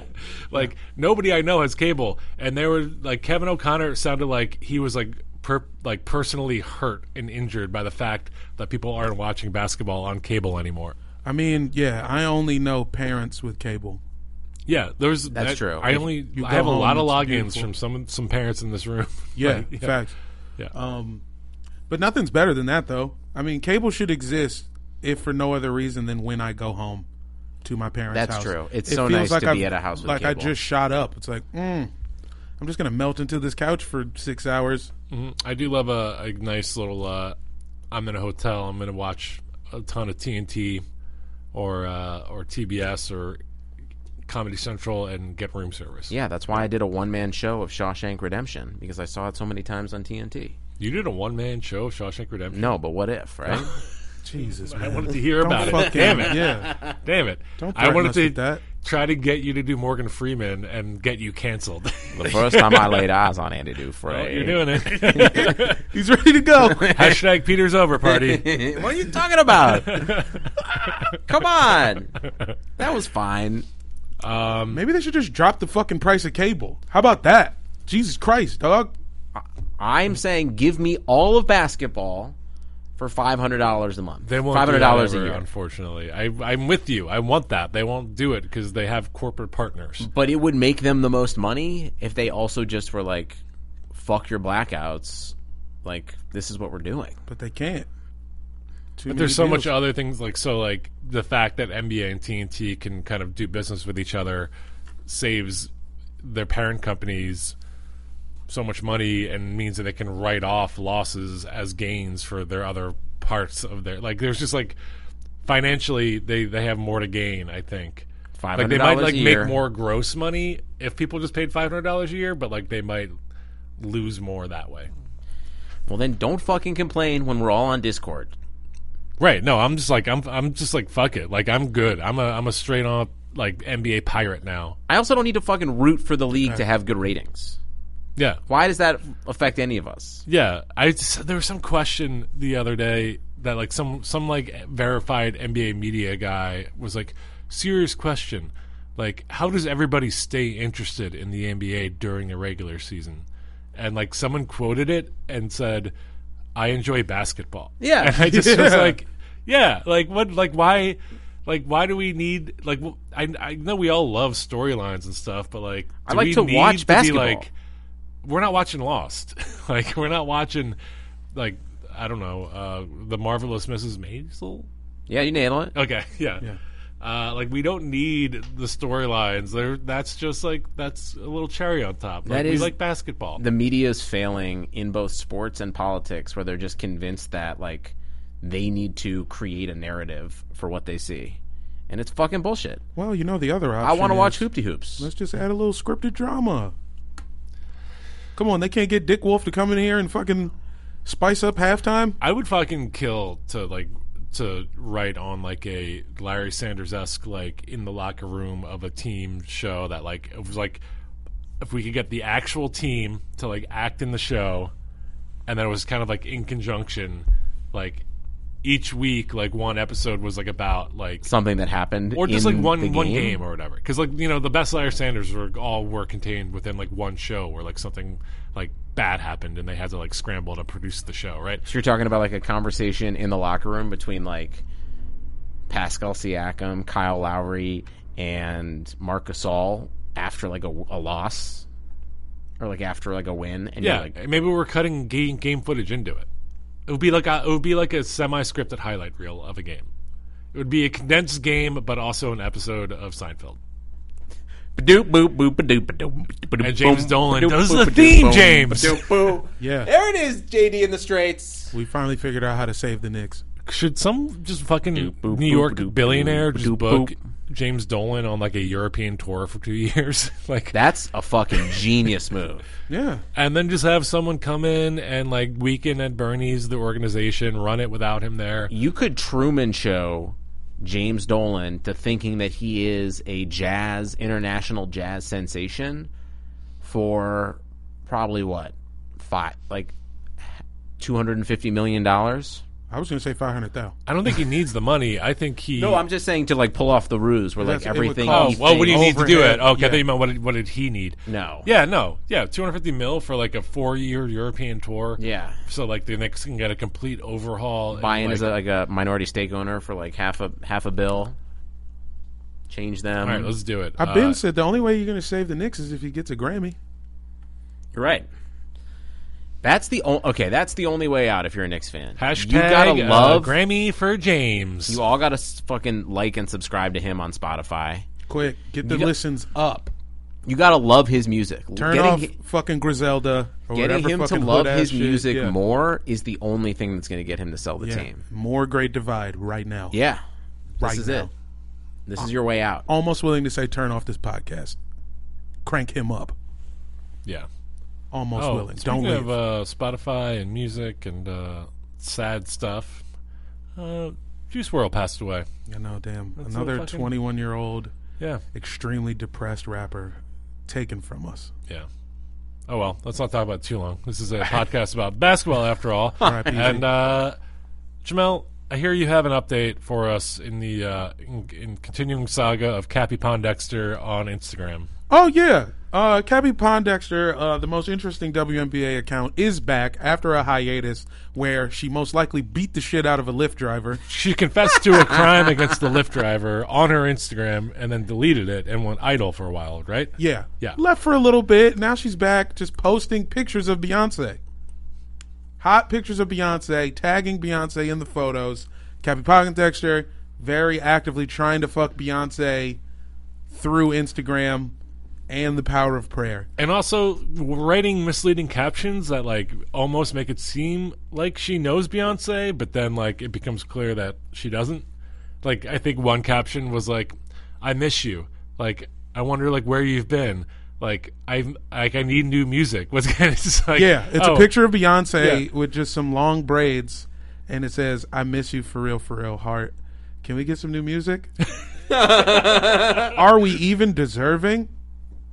[SPEAKER 3] like nobody I know has cable, and they were like Kevin O'Connor sounded like he was like per, like personally hurt and injured by the fact that people aren't watching basketball on cable anymore.
[SPEAKER 1] I mean, yeah, I only know parents with cable.
[SPEAKER 3] Yeah, there's
[SPEAKER 2] That's
[SPEAKER 3] I-
[SPEAKER 2] true.
[SPEAKER 3] I only
[SPEAKER 1] You
[SPEAKER 3] I
[SPEAKER 1] go
[SPEAKER 3] have a
[SPEAKER 1] home,
[SPEAKER 3] lot of
[SPEAKER 1] it's
[SPEAKER 3] logins
[SPEAKER 1] beautiful.
[SPEAKER 3] from some some parents in this room.
[SPEAKER 1] Yeah,
[SPEAKER 3] Like,
[SPEAKER 1] facts.
[SPEAKER 3] Yeah.
[SPEAKER 1] Um, but nothing's better than that, though. I mean, cable should exist if for no other reason than when I go home to my parents'
[SPEAKER 2] That's
[SPEAKER 1] house.
[SPEAKER 2] true. It's so nice to be at a house with
[SPEAKER 1] like
[SPEAKER 2] cable.
[SPEAKER 1] I just shot up. It's like, mm, I'm just gonna melt into this couch for six hours.
[SPEAKER 3] Mhm. I do love a, a nice little. Uh, I'm in a hotel. I'm going to watch a ton of TNT or uh, or TBS or Comedy Central and get room service.
[SPEAKER 2] yeah, that's why I did a one man show of Shawshank Redemption because I saw it so many times on TNT.
[SPEAKER 3] You did a one man show of Shawshank Redemption.
[SPEAKER 2] No, but what if, right?
[SPEAKER 1] Jesus,
[SPEAKER 3] I
[SPEAKER 1] man.
[SPEAKER 3] wanted to hear
[SPEAKER 1] Don't
[SPEAKER 3] about it.
[SPEAKER 1] fucking-
[SPEAKER 3] Damn it!
[SPEAKER 1] Yeah,
[SPEAKER 3] Damn it!
[SPEAKER 1] Don't
[SPEAKER 3] I
[SPEAKER 1] threaten
[SPEAKER 3] wanted
[SPEAKER 1] us
[SPEAKER 3] to
[SPEAKER 1] with that.
[SPEAKER 3] try to get you to do Morgan Freeman and get you canceled.
[SPEAKER 2] the first time I laid eyes on Andy
[SPEAKER 3] Oh,
[SPEAKER 2] Dufresne,
[SPEAKER 3] You're doing it.
[SPEAKER 1] he's ready to go.
[SPEAKER 3] Hashtag Peter's over party.
[SPEAKER 2] what are you talking about? Come on, that was fine.
[SPEAKER 1] Maybe they should just drop the fucking price of cable. How about that? Jesus Christ, dog.
[SPEAKER 2] I'm saying give me all of basketball for five hundred dollars a month.
[SPEAKER 3] They won't.
[SPEAKER 2] Five hundred dollars
[SPEAKER 3] do
[SPEAKER 2] a
[SPEAKER 3] that ever,
[SPEAKER 2] year.
[SPEAKER 3] Unfortunately, I, I'm with you. I want that. They won't do it because they have corporate partners.
[SPEAKER 2] But it would make them the most money if they also just were like, "Fuck your blackouts." Like this is what we're doing.
[SPEAKER 1] But they can't. Too
[SPEAKER 3] But
[SPEAKER 1] many
[SPEAKER 3] there's so
[SPEAKER 1] deals.
[SPEAKER 3] much other things like so like the fact that NBA and TNT can kind of do business with each other saves their parent companies so much money and means that they can write off losses as gains for their other parts of their like there's just like financially they they have more to gain I think
[SPEAKER 2] Five
[SPEAKER 3] like
[SPEAKER 2] hundred
[SPEAKER 3] they might
[SPEAKER 2] dollars
[SPEAKER 3] like
[SPEAKER 2] a year.
[SPEAKER 3] make more gross money if people just paid five hundred dollars a year but like they might lose more that way
[SPEAKER 2] Well, then don't fucking complain when we're all on Discord.
[SPEAKER 3] Right. No, I'm just like I'm I'm just like fuck it. Like I'm good. I'm a I'm a straight on like NBA pirate now.
[SPEAKER 2] I also don't need to fucking root for the league to have good ratings.
[SPEAKER 3] Yeah.
[SPEAKER 2] Why does that affect any of us?
[SPEAKER 3] Yeah. I just, there was some question the other day that like some some like verified NBA media guy was like serious question. Like how does everybody stay interested in the NBA during a regular season? And like someone quoted it and said I enjoy basketball.
[SPEAKER 2] Yeah.
[SPEAKER 3] And I just was
[SPEAKER 1] Yeah.
[SPEAKER 3] like yeah like what like why like why do we need like wh- I, I know we all love storylines and stuff but like do
[SPEAKER 2] I like
[SPEAKER 3] we
[SPEAKER 2] to
[SPEAKER 3] need
[SPEAKER 2] watch
[SPEAKER 3] be
[SPEAKER 2] basketball.
[SPEAKER 3] like we're not watching lost like we're not watching like I don't know, uh, the marvelous Mrs. Maisel.
[SPEAKER 2] Yeah, you nail it.
[SPEAKER 3] Okay, yeah. Uh, like we don't need the storylines. There, that's just like that's a little cherry on top. Like,
[SPEAKER 2] That
[SPEAKER 3] we
[SPEAKER 2] is-
[SPEAKER 3] like basketball.
[SPEAKER 2] The media is failing in both sports and politics, where they're just convinced that like they need to create a narrative for what they see, and it's fucking bullshit.
[SPEAKER 1] Well, you know the other option.
[SPEAKER 2] I want to
[SPEAKER 1] is,
[SPEAKER 2] watch hoopty hoops.
[SPEAKER 1] Let's just add a little scripted drama. Come on, they can't get Dick Wolf to come in here and fucking spice up halftime.
[SPEAKER 3] I would fucking kill to like to write on like a Larry Sanders esque like in the locker room of a team show that like it was like if we could get the actual team to like act in the show and then it was kind of like in conjunction like each week like one episode was like about like
[SPEAKER 2] Something that happened,
[SPEAKER 3] or just
[SPEAKER 2] in
[SPEAKER 3] like one
[SPEAKER 2] the
[SPEAKER 3] one game or whatever. Because like you know, the best Larry Sanders were all were contained within like one show where like something like bad happened and they had to like scramble to produce the show, right?
[SPEAKER 2] So you're talking about like a conversation in the locker room between like Pascal Siakam, Kyle Lowry, and Marcus All after like a, a loss or like after like a win, and
[SPEAKER 3] Yeah,
[SPEAKER 2] you're like,
[SPEAKER 3] maybe we're cutting game, game footage into it. It would be like a, it would be like a semi-scripted highlight reel of a game. It would be a condensed game, but also an episode of Seinfeld.
[SPEAKER 2] "Badoop, boop boop badoop badoop badoop."
[SPEAKER 3] And James
[SPEAKER 2] boom,
[SPEAKER 3] Dolan,
[SPEAKER 2] badoop,
[SPEAKER 3] "Those are
[SPEAKER 2] boop,
[SPEAKER 3] the
[SPEAKER 2] badoop,
[SPEAKER 3] theme,
[SPEAKER 2] boom,
[SPEAKER 3] James."
[SPEAKER 2] badoop, boom.
[SPEAKER 1] Yeah,
[SPEAKER 2] there it is, JD in the Straits.
[SPEAKER 1] we finally figured out how to save the Knicks.
[SPEAKER 3] Should some just fucking
[SPEAKER 2] boop,
[SPEAKER 3] New York
[SPEAKER 2] boop, doop,
[SPEAKER 3] billionaire
[SPEAKER 2] boop,
[SPEAKER 3] just
[SPEAKER 2] doop,
[SPEAKER 3] book
[SPEAKER 2] boop.
[SPEAKER 3] James Dolan on like a European tour for two years? like
[SPEAKER 2] That's a fucking genius move.
[SPEAKER 1] Yeah,
[SPEAKER 3] and then just have someone come in and like weaken at Bernie's the organization, run it without him there.
[SPEAKER 2] you could Truman show James Dolan to thinking that he is a jazz international jazz sensation for probably what five like two hundred and fifty million dollars.
[SPEAKER 1] I was gonna say five hundred thousand.
[SPEAKER 3] I don't think he needs the money. I think he.
[SPEAKER 2] No, I'm just saying to like pull off the ruse where like
[SPEAKER 1] That's- it would
[SPEAKER 2] everything.
[SPEAKER 1] cost-
[SPEAKER 3] Oh,
[SPEAKER 2] he
[SPEAKER 3] well, what do you
[SPEAKER 2] thinks-
[SPEAKER 3] need to do
[SPEAKER 1] Overhead,
[SPEAKER 3] it? Okay,
[SPEAKER 1] yeah.
[SPEAKER 3] I thought you meant what did, what did he need?
[SPEAKER 2] No.
[SPEAKER 3] Yeah, no, yeah, 250 mil for like a four-year European tour.
[SPEAKER 2] Yeah.
[SPEAKER 3] So like the Knicks can get a complete overhaul. and,
[SPEAKER 2] Buy in
[SPEAKER 3] like,
[SPEAKER 2] as a, like a minority stake owner for like half a half a bill. Change them.
[SPEAKER 3] All right, let's do it.
[SPEAKER 1] I've
[SPEAKER 3] Uh,
[SPEAKER 1] been said the only way you're gonna save the Knicks is if he gets a Grammy.
[SPEAKER 2] You're right. That's the o- okay. That's the only way out if you're a Knicks fan.
[SPEAKER 3] Hashtag
[SPEAKER 2] you gotta
[SPEAKER 3] uh,
[SPEAKER 2] love
[SPEAKER 3] Grammy for James.
[SPEAKER 2] You all gotta s- fucking like and subscribe to him on Spotify.
[SPEAKER 1] Quick, get the
[SPEAKER 2] got-
[SPEAKER 1] listens up.
[SPEAKER 2] You gotta love his music.
[SPEAKER 1] Turn
[SPEAKER 2] getting
[SPEAKER 1] off
[SPEAKER 2] hi-
[SPEAKER 1] fucking Griselda. Or
[SPEAKER 2] getting
[SPEAKER 1] whatever
[SPEAKER 2] him to
[SPEAKER 1] fucking
[SPEAKER 2] love
[SPEAKER 1] hood-ass
[SPEAKER 2] his
[SPEAKER 1] shit,
[SPEAKER 2] music
[SPEAKER 1] yeah.
[SPEAKER 2] more is the only thing that's gonna get him to sell the
[SPEAKER 1] Yeah.
[SPEAKER 2] team.
[SPEAKER 1] More Great Divide right now.
[SPEAKER 2] Yeah,
[SPEAKER 1] right
[SPEAKER 2] this is
[SPEAKER 1] now.
[SPEAKER 2] it. This is your way out.
[SPEAKER 1] Almost willing to say turn off this podcast. Crank him up.
[SPEAKER 3] yeah.
[SPEAKER 1] Almost
[SPEAKER 3] Oh,
[SPEAKER 1] willing.
[SPEAKER 3] speaking
[SPEAKER 1] Don't
[SPEAKER 3] of
[SPEAKER 1] leave.
[SPEAKER 3] uh, Spotify and music and uh, sad stuff, uh, Juice World passed away.
[SPEAKER 1] I know, damn.
[SPEAKER 3] a
[SPEAKER 1] Another
[SPEAKER 3] fucking-
[SPEAKER 1] 21 year old,
[SPEAKER 3] Yeah,
[SPEAKER 1] extremely depressed rapper taken from us.
[SPEAKER 3] yeah. Oh well, let's not talk about it too long. This is a podcast about basketball, after all.
[SPEAKER 1] R.I.P.
[SPEAKER 3] and uh, Jamel, I hear you have an update for us in the uh, in, in continuing saga of Cappy Pondexter on Instagram.
[SPEAKER 1] Oh yeah, uh, Cabby Pondexter, uh, the most interesting WNBA account, is back after a hiatus where she most likely beat the shit out of a Lyft driver.
[SPEAKER 3] She confessed to a crime against the Lyft driver on her Instagram and then deleted it and went idle for a while, right?
[SPEAKER 1] Yeah,
[SPEAKER 3] Yeah.
[SPEAKER 1] Left for a little bit. Now she's back, just posting pictures of Beyonce, hot pictures of Beyonce, tagging Beyonce in the photos. Cabby Pondexter very actively trying to fuck Beyonce through Instagram and the power of prayer.
[SPEAKER 3] and also writing misleading captions that like almost make it seem like she knows Beyonce, but then like it becomes clear that she doesn't. Like I think one caption was like, "I miss you." Like I wonder like where you've been. Like I like I need new music. What's it's just like
[SPEAKER 1] Yeah, it's
[SPEAKER 3] oh,
[SPEAKER 1] a picture of Beyonce
[SPEAKER 3] Yeah.
[SPEAKER 1] with just some long braids, and it says, "I miss you for real, for real, heart." Can we get some new music? Are we even deserving?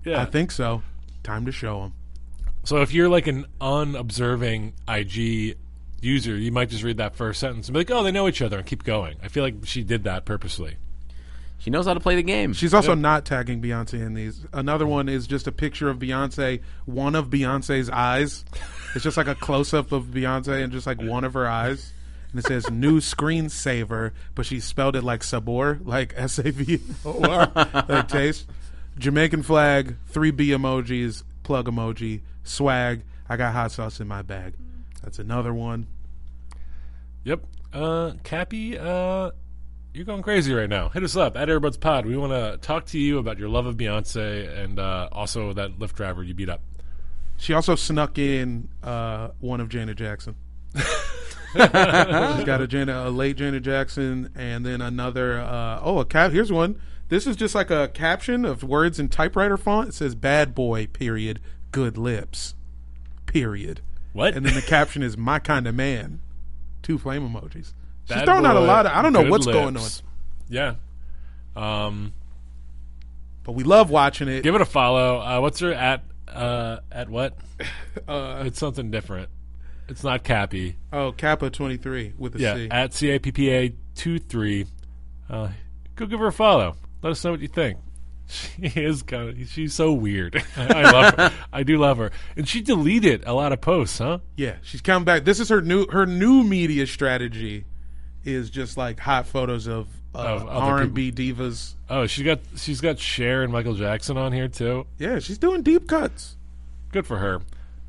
[SPEAKER 3] Yeah.
[SPEAKER 1] I think so. Time to show them.
[SPEAKER 3] So if you're like an unobserving IG user, you might just read that first sentence and be like, "Oh, they know each other," and keep going. I feel like she did that purposely.
[SPEAKER 2] She knows how to play the game.
[SPEAKER 1] She's also not tagging Beyonce in these. Another one is just a picture of Beyonce, one of Beyonce's eyes. It's just like a close up of Beyonce and just like one of her eyes. And it says new screensaver, but she spelled it like Sabor, like S A V O R, like taste. Jamaican flag, 3B emojis, plug emoji, swag. I got hot sauce in my bag. That's another one.
[SPEAKER 3] Yep. Uh, Cappy, uh, you're going crazy right now. Hit us up at Airbuds Pod. We want to talk to you about your love of Beyonce and uh, also that Lyft driver you beat up.
[SPEAKER 1] She also snuck in uh, one of Janet Jackson. She's got a Janet, a late Janet Jackson, and then another. Uh, oh, a cap. Here's one. This is just like a caption of words in typewriter font. It says "bad boy." Period. Good lips. Period.
[SPEAKER 3] What?
[SPEAKER 1] And then the caption is "my kind of man." Two flame emojis. She's
[SPEAKER 3] Bad
[SPEAKER 1] throwing out a
[SPEAKER 3] boy,
[SPEAKER 1] lot. Of, I don't know
[SPEAKER 3] good
[SPEAKER 1] what's going on,
[SPEAKER 3] lips. Yeah. Um,
[SPEAKER 1] but we love watching it.
[SPEAKER 3] give it a follow. Uh, what's her at? Uh, at what?
[SPEAKER 1] Uh,
[SPEAKER 3] it's something different. It's not Cappy.
[SPEAKER 1] oh, Kappa twenty three with a C.
[SPEAKER 3] Yeah, at CAPPA23. Uh, go give her a follow. Let us know what you think. She is kind of, she's so weird. I, I love her. I do love her. And she deleted a lot of posts, huh?
[SPEAKER 1] Yeah, she's coming back. This is her new her new media strategy is just like hot photos of,
[SPEAKER 3] Of
[SPEAKER 1] uh,
[SPEAKER 3] other
[SPEAKER 1] R and B divas.
[SPEAKER 3] Oh, she got, she's got Cher and Michael Jackson on here too.
[SPEAKER 1] Yeah, she's doing deep cuts.
[SPEAKER 3] Good for her.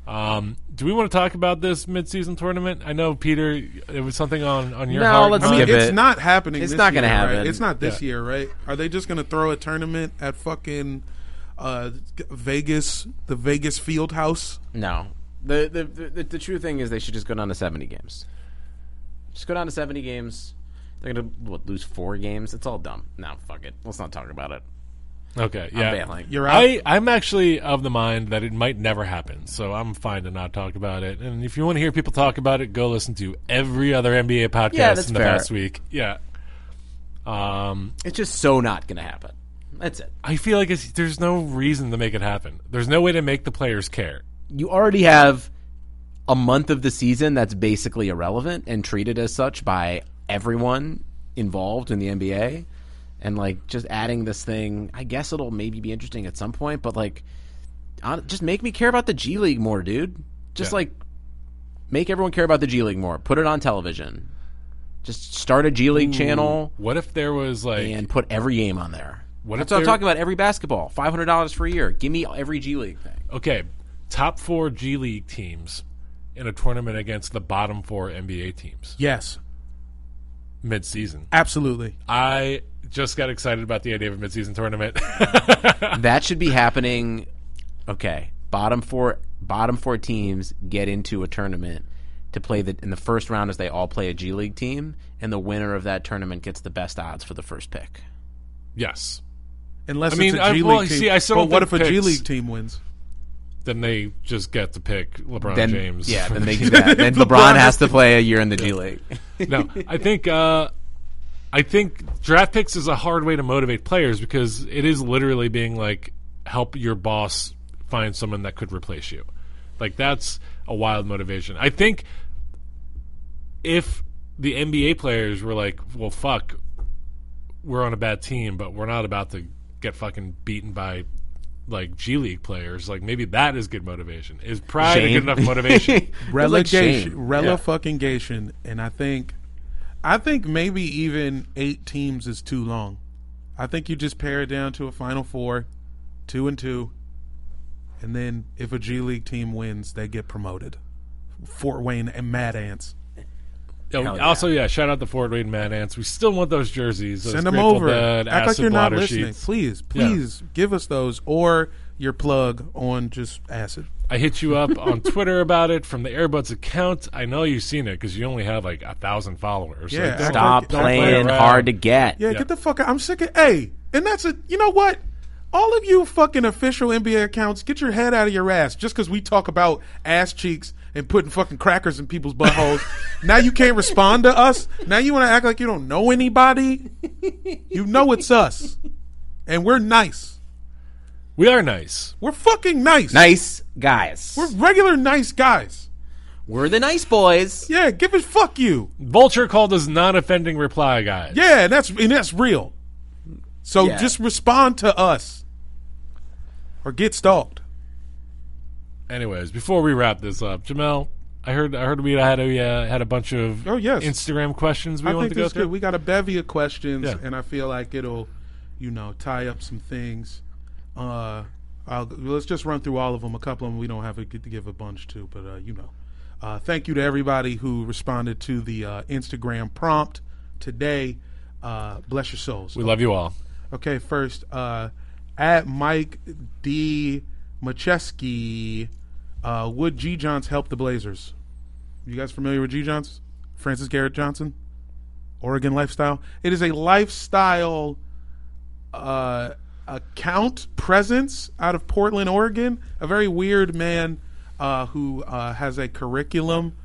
[SPEAKER 3] Um, do we want to talk about this mid-season tournament? I know Peter, it was something on on your
[SPEAKER 2] No,
[SPEAKER 3] heart.
[SPEAKER 2] let's
[SPEAKER 3] huh?
[SPEAKER 2] leave Yeah,
[SPEAKER 1] it's
[SPEAKER 2] but
[SPEAKER 1] not happening.
[SPEAKER 2] it's
[SPEAKER 1] this
[SPEAKER 2] not gonna
[SPEAKER 1] year, right?
[SPEAKER 2] happen.
[SPEAKER 1] It's not this
[SPEAKER 3] Yeah.
[SPEAKER 1] year, right? Are they just going to throw a tournament at fucking uh, Vegas, the Vegas Field House?
[SPEAKER 2] No. The, the the the true thing is they should just go down to seventy games. Just go down to seventy games. They're gonna what, lose four games. It's all dumb. No, fuck it. Let's not talk about it.
[SPEAKER 3] Okay, yeah.
[SPEAKER 2] I'm bailing.
[SPEAKER 1] You're out.
[SPEAKER 3] I, I'm actually of the mind that it might never happen, so I'm fine to not talk about it. And if you want to hear people talk about it, go listen to every other NBA podcast
[SPEAKER 2] Yeah, that's
[SPEAKER 3] in the
[SPEAKER 2] fair.
[SPEAKER 3] past week. Yeah. Um,
[SPEAKER 2] It's just so not gonna happen. That's it.
[SPEAKER 3] I feel like it's, there's no reason to make it happen. There's no way to make the players care.
[SPEAKER 2] You already have a month of the season that's basically irrelevant and treated as such by everyone involved in the NBA. And like just adding this thing, I guess it'll maybe be interesting at some point, but like hon- just make me care about the G League more, dude. Just
[SPEAKER 3] Yeah.
[SPEAKER 2] like make everyone care about the G League more. Put it on television. Just start a G League channel
[SPEAKER 3] What if there was like
[SPEAKER 2] and put every game on there.
[SPEAKER 3] What
[SPEAKER 2] That's
[SPEAKER 3] if
[SPEAKER 2] what I'm
[SPEAKER 3] there-
[SPEAKER 2] talking about. Every basketball, five hundred dollars for a year. Give me every G League thing.
[SPEAKER 3] okay, top four G League teams in a tournament against the bottom four NBA teams
[SPEAKER 1] Yes,
[SPEAKER 3] mid-season?
[SPEAKER 1] absolutely.
[SPEAKER 3] I just got excited about the idea of a mid-season tournament.
[SPEAKER 2] That should be happening. Okay, bottom four, bottom four teams get into a tournament to play the. In the first round, is they all play a G League team, and the winner of that tournament gets the best odds for the first pick.
[SPEAKER 3] yes.
[SPEAKER 1] Unless
[SPEAKER 3] I mean,
[SPEAKER 1] it's a
[SPEAKER 3] I-
[SPEAKER 1] G League
[SPEAKER 3] well,
[SPEAKER 1] team.
[SPEAKER 3] see, I still
[SPEAKER 1] but
[SPEAKER 3] don't
[SPEAKER 1] what if
[SPEAKER 3] think
[SPEAKER 1] a G
[SPEAKER 3] picks-
[SPEAKER 1] League team wins?
[SPEAKER 3] then they just get to pick LeBron
[SPEAKER 2] Then,
[SPEAKER 3] Oh, James.
[SPEAKER 2] yeah, then they do that. Then LeBron has to play a year in the G League.
[SPEAKER 3] no, I think uh, I think draft picks is a hard way to motivate players because it is literally being like help your boss find someone that could replace you. Like that's a wild motivation. I think if the NBA players were like, "Well, fuck, we're on a bad team, but we're not about to get fucking beaten by." Like G League players, like maybe that is good motivation. Is pride a
[SPEAKER 2] Shame.
[SPEAKER 3] good enough motivation?
[SPEAKER 2] It's like
[SPEAKER 1] relegation,
[SPEAKER 2] shame.
[SPEAKER 1] rela fucking gation, and I think, I think maybe even eight teams is too long. I think you just pare it down to a final four, two and two, and then if a G League team wins, they get promoted. Fort Wayne and Mad Ants,
[SPEAKER 3] Yeah, we- Also, yeah, shout out the Fort Wayne Mad Ants. We still want those jerseys. Those
[SPEAKER 1] send them
[SPEAKER 3] Grateful
[SPEAKER 1] over.
[SPEAKER 3] Dead,
[SPEAKER 1] Act like
[SPEAKER 3] Acid
[SPEAKER 1] you're not
[SPEAKER 3] Blotter
[SPEAKER 1] listening.
[SPEAKER 3] sheets.
[SPEAKER 1] Please, please give us those or your plug on just acid.
[SPEAKER 3] I hit you up on Twitter about it from the Airbuds account. I know you've seen it because you only have like a thousand followers.
[SPEAKER 1] Yeah,
[SPEAKER 3] Like, don't-
[SPEAKER 1] stop.
[SPEAKER 2] Stop
[SPEAKER 1] Don't
[SPEAKER 3] play
[SPEAKER 2] playing
[SPEAKER 3] around.
[SPEAKER 2] hard to get.
[SPEAKER 1] Yeah, get the fuck out. I'm sick of Hey, and that's a you know what? All of you fucking official NBA accounts, get your head out of your ass. Just because we talk about ass cheeks and putting fucking crackers in people's buttholes, now you can't respond to us. Now you want to act like you don't know anybody. You know it's us, and we're nice.
[SPEAKER 3] we are nice.
[SPEAKER 1] We're fucking nice.
[SPEAKER 2] Nice guys. We're,
[SPEAKER 1] Regular nice guys.
[SPEAKER 2] the nice boys.
[SPEAKER 1] Yeah, give a fuck you.
[SPEAKER 3] Vulture called us non-offending reply guys.
[SPEAKER 1] Yeah, and that's and that's real. So
[SPEAKER 2] Yeah.
[SPEAKER 1] just respond to us, or get stalked.
[SPEAKER 3] Anyways, before we wrap this up, Jamel, I heard I heard we had a uh, had a bunch of
[SPEAKER 1] Oh, yes.
[SPEAKER 3] Instagram questions we
[SPEAKER 1] I
[SPEAKER 3] wanted
[SPEAKER 1] think this
[SPEAKER 3] to go
[SPEAKER 1] is good.
[SPEAKER 3] through.
[SPEAKER 1] We got a bevy of questions,
[SPEAKER 3] Yeah.
[SPEAKER 1] and I feel like it'll, you know, tie up some things. Uh, I'll, let's just run through all of them. A couple of them we don't have to give a bunch to, but uh, you know, Uh, thank you to everybody who responded to the uh, Instagram prompt today. Uh, bless your souls.
[SPEAKER 3] We love you all.
[SPEAKER 1] Okay, first, uh, at Mike D. Macheski, uh, would G. Johns help the Blazers? You guys familiar with G. Johns? Francis Garrett Johnson? Oregon Lifestyle? It is a lifestyle uh, account presence out of Portland, Oregon. A very weird man uh, who uh, has a curriculum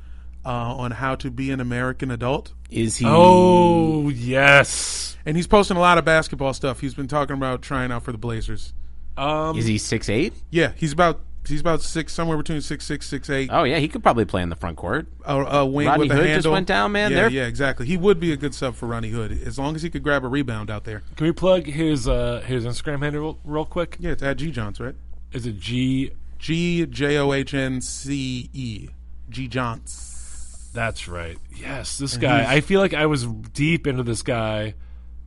[SPEAKER 1] uh, on how to be an American adult
[SPEAKER 2] Is he?
[SPEAKER 3] Oh yes.
[SPEAKER 1] and he's posting a lot of basketball stuff. He's been talking about trying out for the Blazers.
[SPEAKER 3] Um,
[SPEAKER 2] Is he six eight?
[SPEAKER 1] Yeah, he's about he's about six, somewhere between six six six eight.
[SPEAKER 2] Oh yeah, he could probably play in the front court.
[SPEAKER 1] A, a wing
[SPEAKER 2] Rodney
[SPEAKER 1] with a
[SPEAKER 2] Hood just
[SPEAKER 1] handle.
[SPEAKER 2] went down, man.
[SPEAKER 1] Yeah,
[SPEAKER 2] They're-
[SPEAKER 1] yeah, exactly. He would be a good sub for Ronnie Hood as long as he could grab a rebound out there.
[SPEAKER 3] can we plug his uh, his Instagram handle real, real quick?
[SPEAKER 1] Yeah, it's at G Johns, right?
[SPEAKER 3] Is it G?
[SPEAKER 1] G J O H N C E G Johns.
[SPEAKER 3] That's right. Yes,
[SPEAKER 1] Mm-hmm.
[SPEAKER 3] this guy. I feel like I was deep into this guy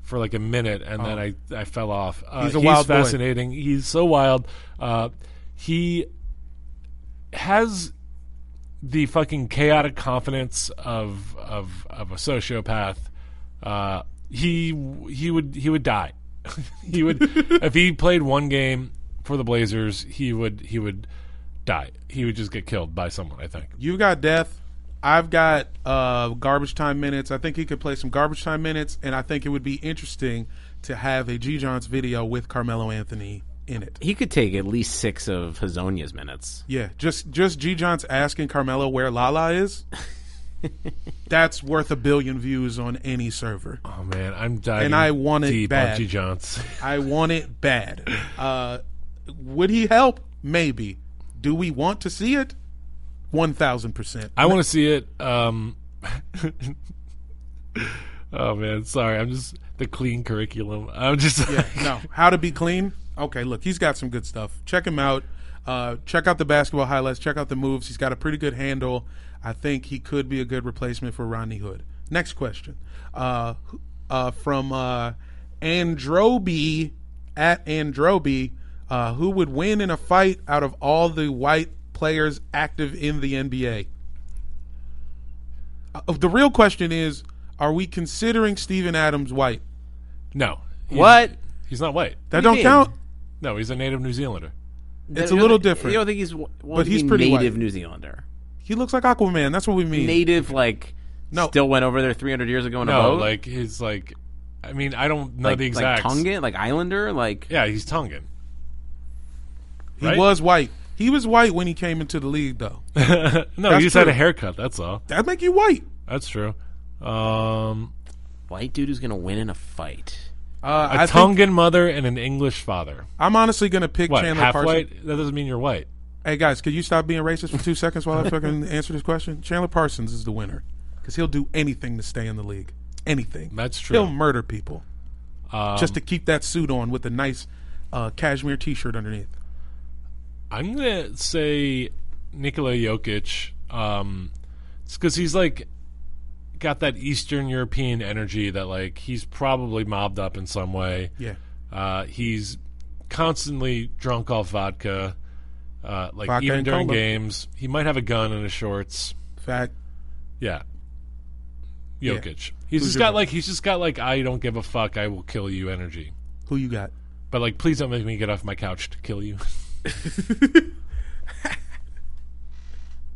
[SPEAKER 3] for like a minute, and then I, I fell off. Uh,
[SPEAKER 1] Oh. He's a wild boy.
[SPEAKER 3] fascinating. He's so wild. Uh, he has the fucking chaotic confidence of of of a sociopath. Uh, he he would he would die. he would if he played one game for the Blazers. He would he would die. He would just get killed by someone. I think.
[SPEAKER 1] You've got death. I've got uh, garbage time minutes. I think he could play some garbage time minutes, and I think it would be interesting to have a G Johns video with Carmelo Anthony in it.
[SPEAKER 2] He could take at least six of Hazonia's minutes.
[SPEAKER 1] Yeah, just just G John's asking Carmelo where Lala is. That's worth a billion views on any server.
[SPEAKER 3] Oh man, I'm diving.
[SPEAKER 1] And I want it
[SPEAKER 3] deep
[SPEAKER 1] bad.
[SPEAKER 3] on G. Johns.
[SPEAKER 1] I want it bad. Uh, would he help? Maybe. Do we want to see it? One thousand percent.
[SPEAKER 3] I want to see it. Um, oh man, sorry. I'm just the clean curriculum. I'm just
[SPEAKER 1] No. How to be clean? Okay, look, he's got some good stuff. Check him out. Uh, check out the basketball highlights. Check out the moves. He's got a pretty good handle. I think he could be a good replacement for Rodney Hood. Next question uh, who- uh, from uh, Androby at Androby. Uh, who would win in a fight out of all the white players active in the NBA? Uh, the real question is: Are we considering Steven Adams white?
[SPEAKER 3] no. He's-
[SPEAKER 2] What?
[SPEAKER 3] He's not white.
[SPEAKER 1] That
[SPEAKER 2] do
[SPEAKER 1] don't
[SPEAKER 2] you mean?
[SPEAKER 1] count.
[SPEAKER 3] No, he's a native New Zeelander.
[SPEAKER 1] It's a little different.
[SPEAKER 2] You don't think he's well,
[SPEAKER 1] But he's
[SPEAKER 2] he's
[SPEAKER 1] pretty
[SPEAKER 2] pretty
[SPEAKER 1] white.
[SPEAKER 2] native New Zealander.
[SPEAKER 1] He looks like Aquaman. That's what we mean.
[SPEAKER 2] Native, like
[SPEAKER 1] No.
[SPEAKER 2] still went over there 300 years ago in a
[SPEAKER 3] No,
[SPEAKER 2] boat.
[SPEAKER 3] like he's like. I mean, I don't know
[SPEAKER 2] like,
[SPEAKER 3] the
[SPEAKER 2] like
[SPEAKER 3] exact.
[SPEAKER 2] Tongan, like Islander, like
[SPEAKER 3] Yeah, he's Tongan.
[SPEAKER 1] he
[SPEAKER 3] right?
[SPEAKER 1] was white. He was white when he came into the league, though.
[SPEAKER 3] no,
[SPEAKER 1] That's
[SPEAKER 3] he just had
[SPEAKER 1] true.
[SPEAKER 3] a haircut. That's all.
[SPEAKER 1] That make you white.
[SPEAKER 3] That's true. Um,
[SPEAKER 2] white dude who's gonna win in a fight.
[SPEAKER 1] Uh,
[SPEAKER 3] a
[SPEAKER 1] I think
[SPEAKER 3] Tongan mother and an English father.
[SPEAKER 1] I'm honestly gonna pick
[SPEAKER 3] What?
[SPEAKER 1] Chandler
[SPEAKER 3] half
[SPEAKER 1] Parsons.
[SPEAKER 3] white? That doesn't mean you're white.
[SPEAKER 1] Hey guys, could you stop being racist for two seconds while I fucking answer this question? Chandler Parsons is the winner because he'll do anything to stay in the league. Anything.
[SPEAKER 3] That's
[SPEAKER 1] He'll
[SPEAKER 3] true.
[SPEAKER 1] murder people
[SPEAKER 3] Um,
[SPEAKER 1] just to keep that suit on with a nice uh, cashmere T-shirt underneath.
[SPEAKER 3] I'm gonna say Nikola Jokic, um, because he's like got that Eastern European energy that like he's probably mobbed up in some way.
[SPEAKER 1] Yeah.
[SPEAKER 3] Uh, he's constantly drunk off vodka, uh, like
[SPEAKER 1] Vodka
[SPEAKER 3] even
[SPEAKER 1] and
[SPEAKER 3] during
[SPEAKER 1] cola.
[SPEAKER 3] games. He might have a gun in his shorts.
[SPEAKER 1] Fact.
[SPEAKER 3] Yeah,
[SPEAKER 1] Yeah.
[SPEAKER 3] Jokic. He's
[SPEAKER 1] Who's
[SPEAKER 3] just
[SPEAKER 1] your
[SPEAKER 3] got
[SPEAKER 1] vote?
[SPEAKER 3] like he's just got like I don't give a fuck. I will kill you energy.
[SPEAKER 1] Who you got?
[SPEAKER 3] But like, please don't make me get off my couch to kill you.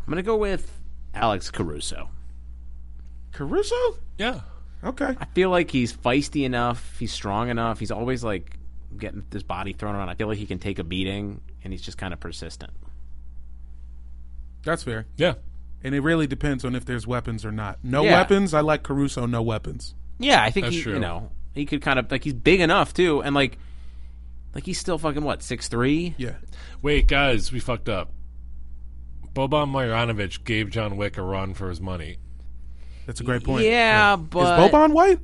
[SPEAKER 2] I'm gonna go with Alex Caruso.
[SPEAKER 1] Caruso.
[SPEAKER 3] yeah.
[SPEAKER 1] Okay.
[SPEAKER 2] I feel like he's feisty enough. He's strong enough. He's always like getting his body thrown around. I feel like he can take a beating, and he's just kind of persistent.
[SPEAKER 1] That's fair.
[SPEAKER 3] Yeah.
[SPEAKER 1] And it really depends on if there's weapons or not. No
[SPEAKER 2] Yeah.
[SPEAKER 1] weapons. I like Caruso. No weapons.
[SPEAKER 2] Yeah, I think
[SPEAKER 3] That's
[SPEAKER 2] he,
[SPEAKER 3] true.
[SPEAKER 2] you know, he could kind of like he's big enough too, and like, like he's still fucking what six three.
[SPEAKER 1] Yeah.
[SPEAKER 3] Wait, guys, we fucked up. Boban Marjanovic gave John Wick a run for his money.
[SPEAKER 1] That's a great point.
[SPEAKER 2] Yeah, but
[SPEAKER 1] is Boban white?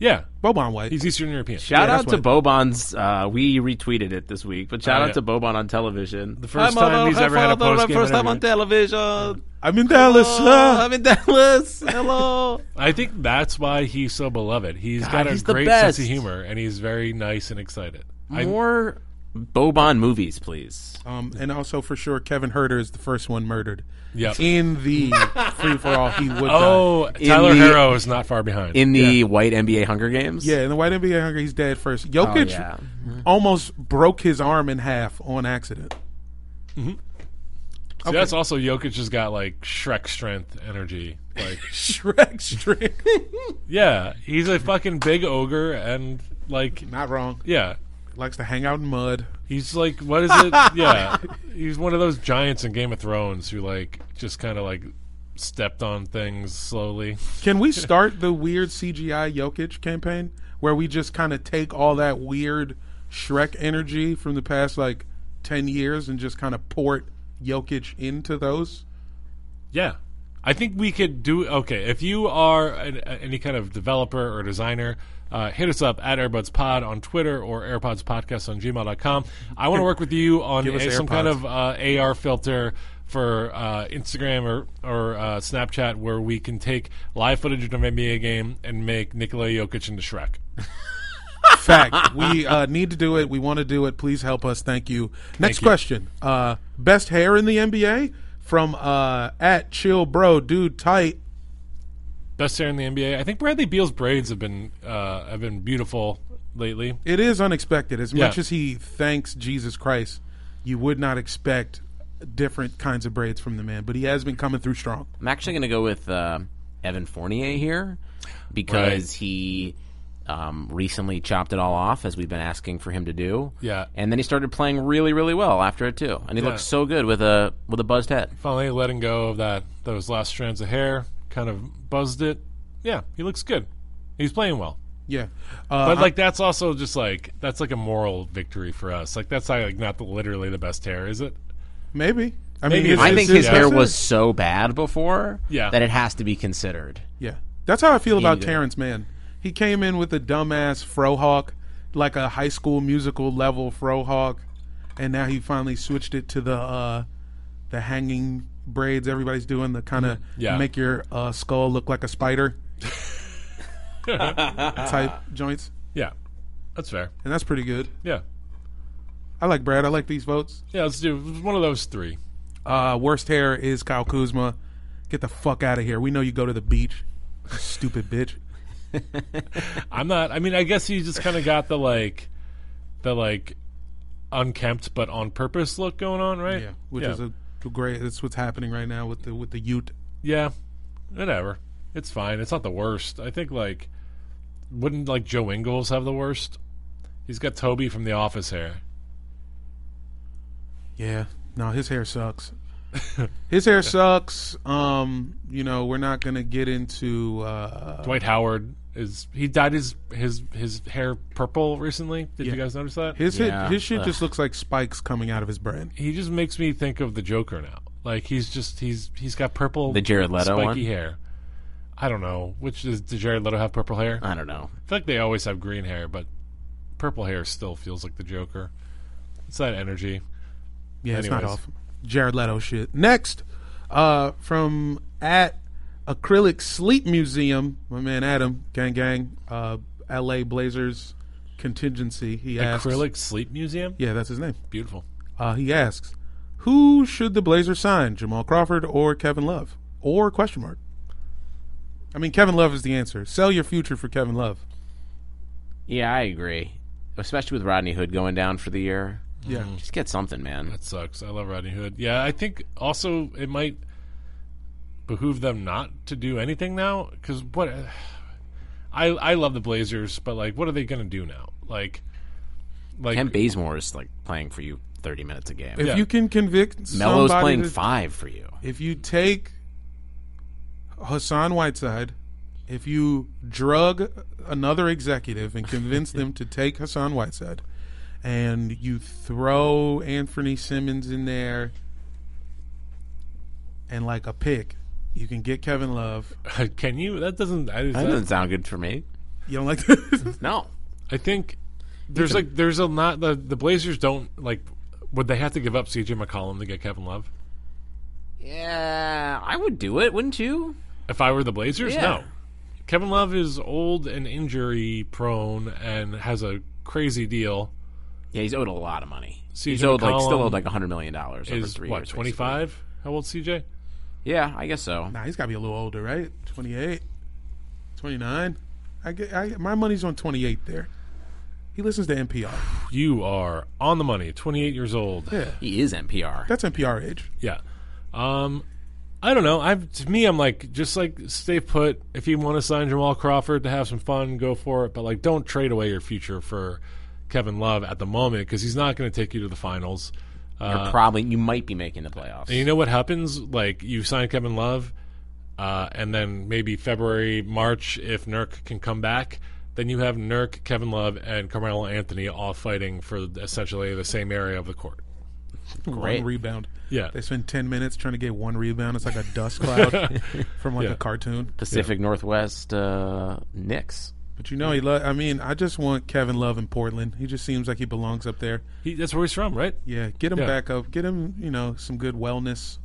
[SPEAKER 3] Yeah,
[SPEAKER 1] Boban white.
[SPEAKER 3] he's Eastern European.
[SPEAKER 2] shout
[SPEAKER 1] Yeah,
[SPEAKER 2] out
[SPEAKER 1] that's
[SPEAKER 2] to
[SPEAKER 1] what-
[SPEAKER 2] Boban's. Uh, we retweeted it this week, but shout
[SPEAKER 3] Oh,
[SPEAKER 2] out
[SPEAKER 3] yeah.
[SPEAKER 2] to Boban on television. The
[SPEAKER 3] first time he's ever had a postgame
[SPEAKER 2] First time on
[SPEAKER 3] interview.
[SPEAKER 2] television.
[SPEAKER 1] I'm in Dallas.
[SPEAKER 2] Oh,
[SPEAKER 1] huh?
[SPEAKER 2] I'm in Dallas. Hello.
[SPEAKER 3] I think that's why he's so beloved. He's got a
[SPEAKER 2] he's the
[SPEAKER 3] great
[SPEAKER 2] best. Mm-hmm.
[SPEAKER 3] sense of humor, and he's very nice and excited. I,
[SPEAKER 2] More Oh,
[SPEAKER 4] Boban movies, please.
[SPEAKER 1] Um, and also for sure, Kevin Herter is the first one murdered.
[SPEAKER 3] Yep.
[SPEAKER 1] In the free for all, he would. die.
[SPEAKER 3] Oh, Tyler
[SPEAKER 4] the-
[SPEAKER 3] Harrow is not far behind.
[SPEAKER 4] In the white NBA Hunger Games. Oh,
[SPEAKER 1] Yeah, in the white NBA hunger, he's dead
[SPEAKER 2] Oh,
[SPEAKER 1] first. Jokic
[SPEAKER 4] yeah.
[SPEAKER 1] almost broke his arm in half on accident.
[SPEAKER 3] See, that's also Jokic has got like Shrek strength energy. Like,
[SPEAKER 1] Shrek strength.
[SPEAKER 3] yeah, he's a fucking big ogre, and like,
[SPEAKER 1] Not wrong.
[SPEAKER 3] yeah,
[SPEAKER 1] Likes to hang out in mud.
[SPEAKER 3] he's like, what is it? Yeah, he's one of those giants in Game of Thrones who like just kind of like stepped on things slowly.
[SPEAKER 1] Can we start the weird CGI Jokic campaign where we just kind of take all that weird Shrek energy from the past like 10 years and just kind of port Jokic into those?
[SPEAKER 3] Yeah. I think we could do okay. If you are an, a- any kind of developer or designer, uh, hit us up at AirbudsPod on Twitter or AirpodsPodcast on gmail.com. I want to work with you on
[SPEAKER 1] Give us
[SPEAKER 3] a- some kind
[SPEAKER 1] AirPods.
[SPEAKER 3] of uh, AR filter for uh, Instagram or, or uh, Snapchat where we can take live footage of an NBA game and make Nikola Jokic into Shrek.
[SPEAKER 1] Fact. we uh, need to do it. We want to do it. Please help us. Thank you. Next
[SPEAKER 3] you.
[SPEAKER 1] question. Uh, best hair in the NBA from uh, at chill bro dude tight.
[SPEAKER 3] Best hair in the NBA. I think Bradley Beal's braids have been uh, have been beautiful lately.
[SPEAKER 1] It is unexpected. As
[SPEAKER 3] Yeah.
[SPEAKER 1] much as he thanks Jesus Christ, you would not expect different kinds of braids from the man, but he has been coming through strong.
[SPEAKER 4] I'm actually going to go with uh, Evan Fournier here because he um, recently chopped it all off, as we've been asking for him to do.
[SPEAKER 3] Yeah.
[SPEAKER 4] and then he started playing really, really well after it too, and he
[SPEAKER 3] Yeah.
[SPEAKER 4] looked so good with a with a buzzed head.
[SPEAKER 3] finally letting go of that those last strands of hair, kind of buzzed it. Yeah, he looks good. He's playing well.
[SPEAKER 1] Yeah.
[SPEAKER 3] But
[SPEAKER 1] Uh,
[SPEAKER 3] like that's also just like that's like a moral victory for us. Like that's not like not the, literally the best hair, is it?
[SPEAKER 1] maybe. I
[SPEAKER 3] Maybe
[SPEAKER 1] it's-
[SPEAKER 3] it
[SPEAKER 4] I
[SPEAKER 3] is.
[SPEAKER 1] it's-
[SPEAKER 4] think
[SPEAKER 3] Yeah.
[SPEAKER 4] his hair
[SPEAKER 1] that's it.
[SPEAKER 4] was so bad before
[SPEAKER 3] Yeah.
[SPEAKER 4] that it has to be considered.
[SPEAKER 1] Yeah. That's how I feel about
[SPEAKER 4] did.
[SPEAKER 1] Terrence Mann. He came in with a dumbass frohawk, like a high school musical level frohawk, and now he finally switched it to the uh the hanging braids everybody's doing, the kind of
[SPEAKER 3] Yeah.
[SPEAKER 1] make your uh, skull look like a spider type
[SPEAKER 4] Ah.
[SPEAKER 1] joints.
[SPEAKER 3] Yeah, that's fair.
[SPEAKER 1] And that's pretty good.
[SPEAKER 3] Yeah,
[SPEAKER 1] I like Brad. I like these votes.
[SPEAKER 3] yeah. Let's do one of those three.
[SPEAKER 1] Uh, worst hair is Kyle Kuzma. Get the fuck out of here. We know you go to the beach, you stupid bitch.
[SPEAKER 3] I'm not. I mean, I guess he just kind of got the like, the like, unkempt but on purpose look going on, right?
[SPEAKER 1] Yeah, which is a great. That's what's happening right now with the with the Ute.
[SPEAKER 3] Yeah, whatever. It's fine. It's not the worst. I think like, wouldn't like Joe Ingles have the worst? He's got Toby from The Office hair.
[SPEAKER 1] Yeah, no, his hair sucks. his hair sucks. Um, you know, we're not gonna get into. Uh,
[SPEAKER 3] Dwight Howard is he dyed his his his hair purple recently. Did you
[SPEAKER 1] Yeah.
[SPEAKER 3] guys notice that?
[SPEAKER 1] his
[SPEAKER 4] Yeah,
[SPEAKER 1] hit, his shit just looks like spikes coming out of his brain.
[SPEAKER 3] he just makes me think of the Joker now. Like he's just he's he's got purple
[SPEAKER 4] The Jared Leto
[SPEAKER 3] spiky
[SPEAKER 4] one?
[SPEAKER 3] hair. I don't know. Which is did Jared Leto have purple hair?
[SPEAKER 4] I don't know.
[SPEAKER 3] I feel like they always have green hair, but purple hair still feels like the Joker. It's that energy.
[SPEAKER 1] Yeah, it's not
[SPEAKER 3] Anyways.
[SPEAKER 1] off. Jared Leto shit. Next, uh, from at Acrylic Sleep Museum, my man Adam, gang gang, uh, L.A. Blazers contingency. He asks,
[SPEAKER 3] Acrylic Sleep Museum.
[SPEAKER 1] Yeah, that's his name.
[SPEAKER 3] Beautiful.
[SPEAKER 1] Uh, he asks, who should the Blazers sign, Jamal Crawford or Kevin Love, or question mark? I mean, Kevin Love is the answer. Sell your future for Kevin Love.
[SPEAKER 4] Yeah, I agree. Especially with Rodney Hood going down for the year.
[SPEAKER 1] Yeah,
[SPEAKER 4] Just get something, man.
[SPEAKER 3] That sucks. I love Rodney Hood. Yeah, I think also it might behoove them not to do anything now because what I I love the Blazers, but like, what are they gonna do now? Like, like
[SPEAKER 4] Ken Bazemore is like playing for you 30 minutes a game.
[SPEAKER 1] if
[SPEAKER 3] Yeah.
[SPEAKER 1] you can convict
[SPEAKER 4] Melo's
[SPEAKER 1] somebody
[SPEAKER 4] playing
[SPEAKER 1] to-
[SPEAKER 4] five for you.
[SPEAKER 1] if you take Hassan Whiteside, if you drug another executive and convince them to take Hassan Whiteside, and you throw Anthony Simmons in there and like a pick, you can get Kevin Love.
[SPEAKER 3] can you? That doesn't. I,
[SPEAKER 4] That doesn't sound good for me.
[SPEAKER 1] You don't like that?
[SPEAKER 4] No.
[SPEAKER 3] I think there's like there's a lot the the Blazers don't like. Would they have to give up CJ McCollum to get Kevin Love?
[SPEAKER 4] Yeah, I would do it, wouldn't you?
[SPEAKER 3] If I were the Blazers,
[SPEAKER 4] Yeah.
[SPEAKER 3] no. Kevin Love is old and injury prone and has a crazy deal.
[SPEAKER 2] Yeah, he's owed a lot of money.
[SPEAKER 3] CJ
[SPEAKER 2] he's owed like still
[SPEAKER 3] McCollum
[SPEAKER 2] owed like hundred million dollars over
[SPEAKER 3] Is
[SPEAKER 2] three
[SPEAKER 3] what
[SPEAKER 2] years.
[SPEAKER 3] twenty five? How old CJ?
[SPEAKER 2] basically. Yeah, I guess so.
[SPEAKER 1] Nah, he's got to be a little older, right? 28, 29. I get I, my money's on 28 there. He listens to NPR.
[SPEAKER 3] You are on the money. Twenty eight years old.
[SPEAKER 1] Yeah,
[SPEAKER 2] He is NPR.
[SPEAKER 1] that's NPR age.
[SPEAKER 3] Yeah. Um, I don't know. I to me, I'm like just like stay put. If you want to sign Jamal Crawford to have some fun, go for it. But like, don't trade away your future for Kevin Love at the moment because he's not going to take you to the finals.
[SPEAKER 1] Uh,
[SPEAKER 2] You're probably you might be making the playoffs.
[SPEAKER 3] And you know what happens? Like you sign Kevin Love, uh, and then maybe February, March, if Nurk can come back, then you have Nurk, Kevin Love, and Carmelo Anthony all fighting for essentially the same area of the court.
[SPEAKER 2] Great.
[SPEAKER 1] One rebound.
[SPEAKER 3] Yeah.
[SPEAKER 1] They spend 10 minutes trying to get one rebound. It's like a dust cloud from like
[SPEAKER 3] Yeah.
[SPEAKER 1] a cartoon.
[SPEAKER 2] Pacific Northwest uh, Knicks.
[SPEAKER 1] But you know, he. Lo- I mean, I just want Kevin Love in Portland. He just seems like he belongs up there.
[SPEAKER 3] He, that's where he's from, right?
[SPEAKER 1] Yeah, get him
[SPEAKER 3] Yeah.
[SPEAKER 1] back up. Get him, you know, some good wellness,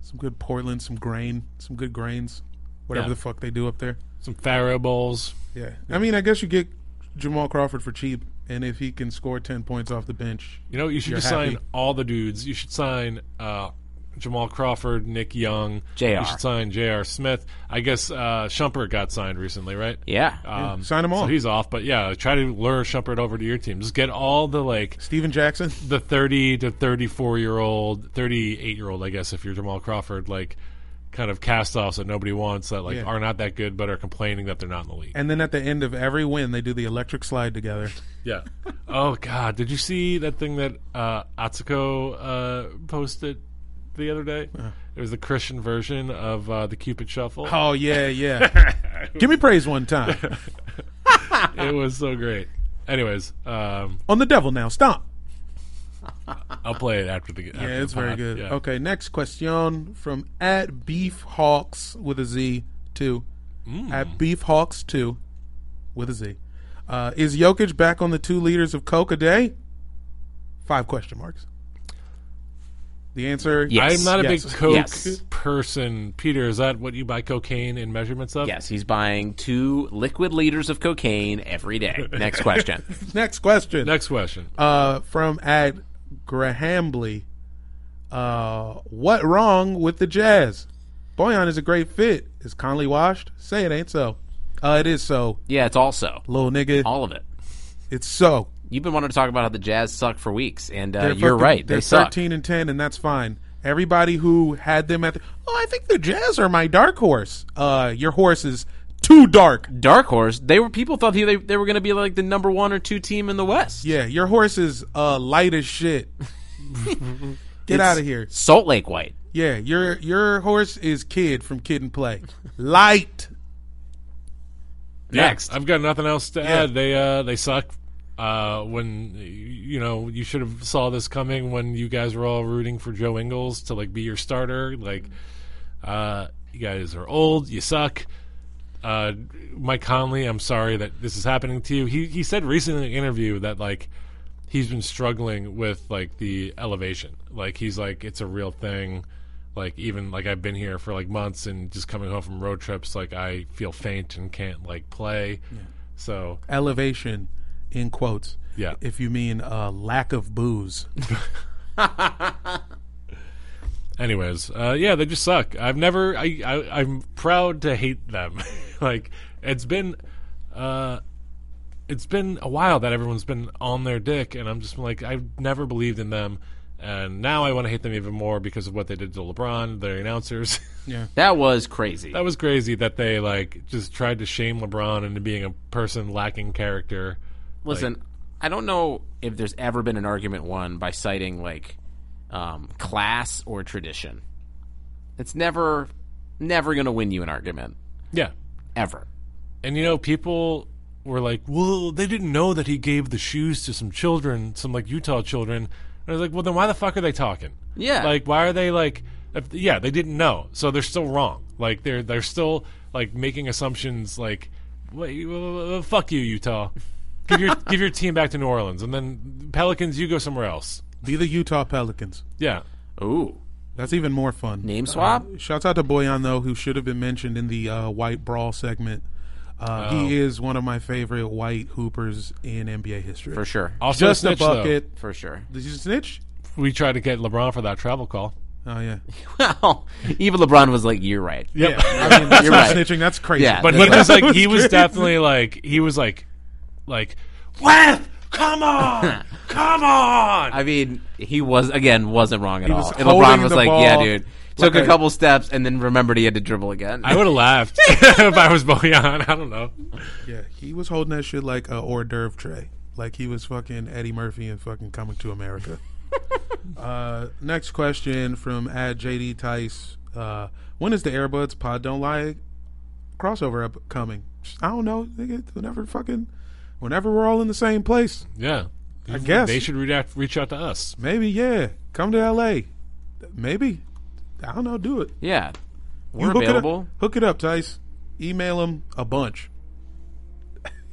[SPEAKER 1] some good Portland, some grain, some good grains, whatever
[SPEAKER 3] Yeah.
[SPEAKER 1] the fuck they do up there.
[SPEAKER 3] Some Faro Bowls.
[SPEAKER 1] Yeah. I mean, I guess you get Jamal Crawford for cheap, and if he can score 10 points off the bench.
[SPEAKER 3] You know, you should
[SPEAKER 1] You're
[SPEAKER 3] just sign
[SPEAKER 1] happy.
[SPEAKER 3] all the dudes. You should sign uh, Jamal Crawford, Nick Young,
[SPEAKER 2] JR.
[SPEAKER 3] You should sign J.R. Smith. I guess uh, Shumpert got signed recently, right?
[SPEAKER 2] Yeah.
[SPEAKER 3] Um,
[SPEAKER 1] sign 'em
[SPEAKER 3] So
[SPEAKER 1] all.
[SPEAKER 3] he's off, but yeah, try to lure Shumpert over to your team. Just get all the like
[SPEAKER 1] Steven Jackson,
[SPEAKER 3] the thirty to thirty-four year old, thirty-eight year old, I guess, if you're Jamal Crawford, like kind of cast-offs that nobody wants that like
[SPEAKER 1] Yeah.
[SPEAKER 3] are not that good, but are complaining that they're not in the league.
[SPEAKER 1] and then at the end of every win, they do the electric slide together.
[SPEAKER 3] Yeah. Oh God, did you see that thing that uh, Atsuko uh, posted the other day?
[SPEAKER 1] Uh-huh.
[SPEAKER 3] It was the Christian version of uh, the Cupid Shuffle.
[SPEAKER 1] Oh, yeah, yeah. Give me praise one time.
[SPEAKER 3] It was so great. Anyways, um,
[SPEAKER 1] On the devil now. Stop.
[SPEAKER 3] I'll play it after the after
[SPEAKER 1] Yeah,
[SPEAKER 3] the
[SPEAKER 1] it's very
[SPEAKER 3] pod.
[SPEAKER 1] good.
[SPEAKER 3] Yeah.
[SPEAKER 1] Okay, next question from at Beef Hawks with a Z two.
[SPEAKER 3] Mm.
[SPEAKER 1] At Beef Hawks two with a Z. Uh, is Jokic back on the two liters of Coke a day? Five question marks. The answer
[SPEAKER 2] Yes.
[SPEAKER 3] I'm not a
[SPEAKER 1] Yes.
[SPEAKER 3] big coke
[SPEAKER 2] Yes.
[SPEAKER 3] person. Peter, is that what you buy cocaine in measurements of?
[SPEAKER 2] yes, he's buying two liquid liters of cocaine every day. Next question.
[SPEAKER 1] next question.
[SPEAKER 3] Next question.
[SPEAKER 1] Uh, from at Grahambly. Uh, what wrong with the Jazz? Boyan is a great fit. Is Conley washed? Say it ain't so. Uh, it is so,
[SPEAKER 2] yeah, it's also
[SPEAKER 1] little nigga.
[SPEAKER 2] all of it.
[SPEAKER 1] It's so.
[SPEAKER 2] You've been wanting to talk about how the Jazz suck for weeks, and uh,
[SPEAKER 1] They're
[SPEAKER 2] you're
[SPEAKER 1] fucking-
[SPEAKER 2] right.
[SPEAKER 1] They're
[SPEAKER 2] They suck.
[SPEAKER 1] 13 and 10, and that's fine. Everybody who had them at the. Oh, I think the Jazz are my dark horse. Uh, your horse is too dark.
[SPEAKER 2] Dark horse. They were people thought he, they they were going to be like the number one or two team in the West.
[SPEAKER 1] Yeah, your horse is uh, light as shit. Get out of here.
[SPEAKER 2] Salt Lake White.
[SPEAKER 1] Yeah, your your horse is kid from Kid and Play. Light.
[SPEAKER 3] Yeah,
[SPEAKER 2] Next.
[SPEAKER 3] I've got nothing else to add. They uh, they suck. Uh, when you know you should have saw this coming when you guys were all rooting for Joe Ingles to like be your starter. Like, uh, you guys are old. You suck. Uh, Mike Conley, I'm sorry that this is happening to you. He he said recently in an interview that like he's been struggling with like the elevation. Like he's like it's a real thing. Like even like I've been here for like months and just coming home from road trips, like I feel faint and can't like play. So
[SPEAKER 1] Elevation, in quotes.
[SPEAKER 3] Yeah.
[SPEAKER 1] If you mean uh, lack of booze.
[SPEAKER 3] anyways, uh, yeah, they just suck. I've never. I, I I'm proud to hate them. like it's been, uh, it's been a while that everyone's been on their dick, and I'm just like I've never believed in them, and now I want to hate them even more because of what they did to LeBron, their announcers.
[SPEAKER 2] That was crazy.
[SPEAKER 3] that was crazy that they like just tried to shame LeBron into being a person lacking character.
[SPEAKER 2] Listen, I don't know if there's ever been an argument won by citing like um, class or tradition. It's never, never going to win you an argument
[SPEAKER 3] Yeah,
[SPEAKER 2] ever.
[SPEAKER 3] And you know, people were like, "Well, they didn't know that he gave the shoes to some children, some like Utah children." And I was like, "Well, then why the fuck are they talking?
[SPEAKER 2] Yeah.
[SPEAKER 3] like why are they like? If, yeah, they didn't know, so they're still wrong. Like they're they're still like making assumptions. Like, wait, well, fuck you, Utah. Give your give your team back to New Orleans, and then Pelicans, you go somewhere else.
[SPEAKER 1] Be the Utah Pelicans.
[SPEAKER 3] Yeah,
[SPEAKER 2] Ooh,
[SPEAKER 1] That's even more fun.
[SPEAKER 2] name swap.
[SPEAKER 1] Shouts out to Boyan though, who should have been mentioned in the uh, white brawl uh, segment. Uh,
[SPEAKER 3] Oh.
[SPEAKER 1] He is one of my favorite white hoopers in NBA history.
[SPEAKER 4] for sure.
[SPEAKER 3] Also
[SPEAKER 1] Just
[SPEAKER 3] snitch,
[SPEAKER 1] a bucket.
[SPEAKER 4] For sure.
[SPEAKER 1] Did you snitch?
[SPEAKER 3] We tried to get LeBron for that travel call.
[SPEAKER 1] Oh yeah.
[SPEAKER 4] Well, even LeBron was like, "You're right."
[SPEAKER 3] Yep.
[SPEAKER 1] Yeah. I mean, that's
[SPEAKER 4] You're
[SPEAKER 1] not
[SPEAKER 4] right.
[SPEAKER 1] snitching. That's crazy.
[SPEAKER 4] Yeah.
[SPEAKER 3] But
[SPEAKER 4] That's
[SPEAKER 3] he was
[SPEAKER 1] right.
[SPEAKER 3] like, he was
[SPEAKER 1] That's
[SPEAKER 3] definitely like, he was like, like, Whap! Come on! Come on!
[SPEAKER 4] I mean, he was again wasn't wrong at all.
[SPEAKER 1] was
[SPEAKER 4] and
[SPEAKER 1] holding
[SPEAKER 4] LeBron was
[SPEAKER 1] the
[SPEAKER 4] like, "Yeah,
[SPEAKER 1] ball
[SPEAKER 4] dude." Took
[SPEAKER 1] like
[SPEAKER 4] a
[SPEAKER 1] a-
[SPEAKER 4] couple steps and then remembered he had to dribble again.
[SPEAKER 3] I would have laughed if I was Bojan. I don't know.
[SPEAKER 1] yeah. He was holding that shit like a hors d'oeuvre tray. Like he was fucking Eddie Murphy and fucking Coming to America. uh, next question from at JD Tice. Uh, when is the Airbuds Pod Don't Lie crossover up coming? I don't know. Nigga, whenever fucking, whenever we're all in the same place.
[SPEAKER 3] Yeah. I
[SPEAKER 1] guess.
[SPEAKER 3] They should reach out, reach out to us.
[SPEAKER 1] Maybe, yeah. Come to LA. Maybe. I don't know. Do it.
[SPEAKER 4] yeah,
[SPEAKER 1] You
[SPEAKER 4] we're
[SPEAKER 1] hook It
[SPEAKER 4] available.
[SPEAKER 1] up, hook it up, Tice. Email him a bunch.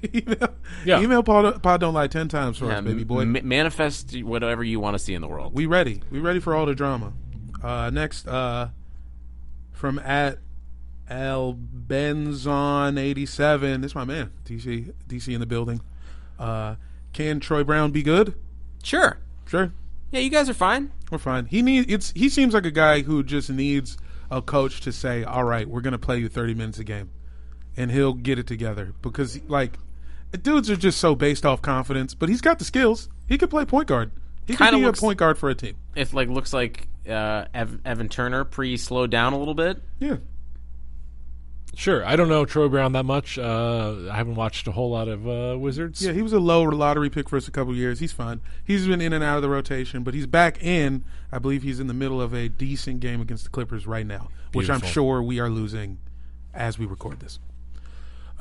[SPEAKER 1] email,
[SPEAKER 3] Yeah.
[SPEAKER 1] email Pod, Pod Don't Lie 10 times for
[SPEAKER 4] Yeah,
[SPEAKER 1] us, baby boy.
[SPEAKER 4] ma- manifest whatever you want to see in the world.
[SPEAKER 1] we ready. We ready for all the drama. Uh, next, uh, from at Albenzon87. This is my man, DC, DC in the building. Uh, can Troy Brown be good?
[SPEAKER 4] sure.
[SPEAKER 1] Sure.
[SPEAKER 4] Yeah, you guys are fine.
[SPEAKER 1] We're fine. He needs. It's. He seems like a guy who just needs a coach to say, "All right, we're gonna play you thirty minutes a game," and he'll get it together. Because like, dudes are just so based off confidence. But he's got the skills. He could play point guard. He could
[SPEAKER 4] Kinda
[SPEAKER 1] be
[SPEAKER 4] looks-
[SPEAKER 1] a point guard for a team.
[SPEAKER 4] It like looks like uh, Ev- Evan Turner pre slowed down a little bit.
[SPEAKER 1] Yeah.
[SPEAKER 3] Sure. I don't know Troy Brown that much. Uh, I haven't watched a whole lot of uh, Wizards.
[SPEAKER 1] Yeah. He was a low lottery pick for us a couple years. He's fine. He's been in and out of the rotation, but he's back in. I believe he's in the middle of a decent game against the Clippers right now, which I'm
[SPEAKER 3] Beautiful.
[SPEAKER 1] sure we are losing as we record this.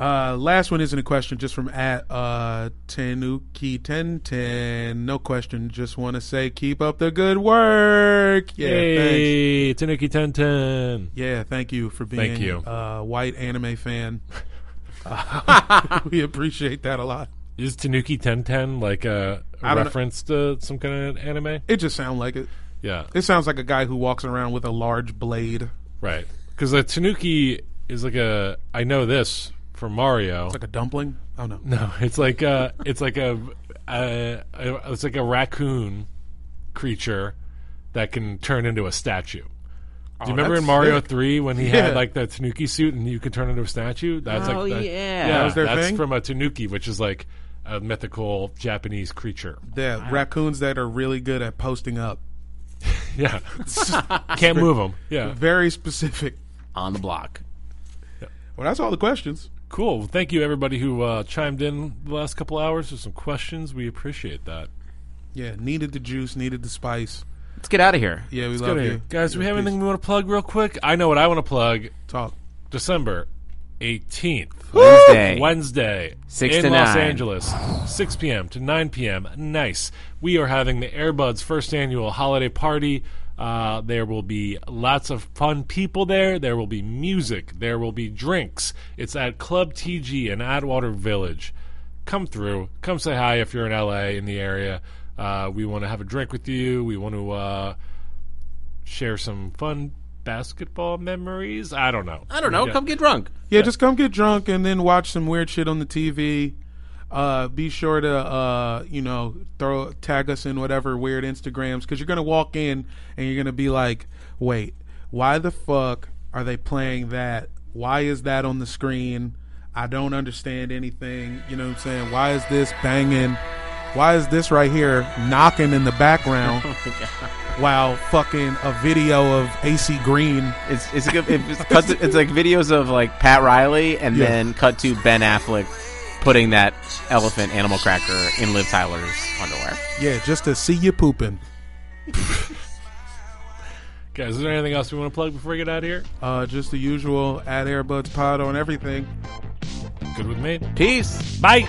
[SPEAKER 1] Uh, last one isn't a question, just from at uh, Tanuki Ten Ten. No question, just want to say keep up the good work. Yeah, thanks.
[SPEAKER 3] Hey, Tanuki Ten Ten.
[SPEAKER 1] Yeah, thank you for being
[SPEAKER 3] Thank you.
[SPEAKER 1] a white anime fan. Uh, we appreciate that a lot.
[SPEAKER 3] Is Tanuki Ten Ten like a
[SPEAKER 1] I don't
[SPEAKER 3] reference to some kind of anime?
[SPEAKER 1] It just sounds like it.
[SPEAKER 3] Yeah.
[SPEAKER 1] It sounds like a guy who walks around with a large blade,
[SPEAKER 3] Right. Because the Tanuki is like a. I know this from Mario.
[SPEAKER 1] like a dumpling. Oh no,
[SPEAKER 3] No, it's like a, it's like a, a, a, it's like a raccoon creature that can turn into a statue. Do you remember
[SPEAKER 1] Oh, that's
[SPEAKER 3] in Mario
[SPEAKER 1] sick.
[SPEAKER 3] Three when he
[SPEAKER 1] Yeah.
[SPEAKER 3] had like that Tanuki suit and you could turn into a statue? That's
[SPEAKER 4] Oh,
[SPEAKER 3] like that,
[SPEAKER 4] yeah.
[SPEAKER 3] yeah,
[SPEAKER 4] That
[SPEAKER 1] was their
[SPEAKER 3] that's
[SPEAKER 1] thing?
[SPEAKER 3] from a Tanuki, which is like a mythical Japanese creature.
[SPEAKER 1] the raccoons that are really good at posting up.
[SPEAKER 3] Yeah, can't move them. Yeah,
[SPEAKER 1] Very specific.
[SPEAKER 4] On the block.
[SPEAKER 1] Well, that's all the questions.
[SPEAKER 3] cool. Well, thank you everybody who uh, chimed in the last couple hours with some questions. We appreciate that.
[SPEAKER 1] Yeah, needed the juice, needed the spice.
[SPEAKER 4] Let's get out of here.
[SPEAKER 1] Yeah, we
[SPEAKER 3] Good
[SPEAKER 1] love you,
[SPEAKER 3] guys. We
[SPEAKER 1] Yeah,
[SPEAKER 3] have
[SPEAKER 1] peace.
[SPEAKER 3] anything we want to plug real quick? I know what I want to plug.
[SPEAKER 1] Talk.
[SPEAKER 3] December 18th,
[SPEAKER 4] Wednesday.
[SPEAKER 3] Wednesday,
[SPEAKER 4] Six
[SPEAKER 3] in
[SPEAKER 4] to
[SPEAKER 3] Los
[SPEAKER 4] nine.
[SPEAKER 3] Angeles, 6 p.m. to 9 p.m. Nice. We are having the Airbuds first annual holiday party. Uh, there will be lots of fun people there. There will be music. There will be drinks. It's at Club TG in Atwater Village. Come through. Come say hi if you're in LA in the area. Uh, we want to have a drink with you. We want to uh, share some fun basketball memories. I don't know.
[SPEAKER 4] I don't know.
[SPEAKER 3] Yeah.
[SPEAKER 4] Come get drunk.
[SPEAKER 1] Yeah, just come get drunk and then watch some weird shit on the TV. Uh, be sure to uh, you know throw tag us in whatever weird Instagrams because you're gonna walk in and you're gonna be like, wait, why the fuck are they playing that? Why is that on the screen? I don't understand anything. You know what I'm saying? Why is this banging? Why is this right here knocking in the background while fucking a video of AC Green?
[SPEAKER 4] It's it's, like- it's, cut to- it's like videos of like Pat Riley and
[SPEAKER 1] Yeah.
[SPEAKER 4] then cut to Ben Affleck putting that elephant animal cracker in Liv Tyler's underwear.
[SPEAKER 1] Yeah, just to see you pooping.
[SPEAKER 3] Guys, is there anything else we want to plug before we get out of here?
[SPEAKER 1] Uh, just the usual at Airbuds Pod on everything.
[SPEAKER 3] Good with me.
[SPEAKER 4] Peace.
[SPEAKER 3] Bye.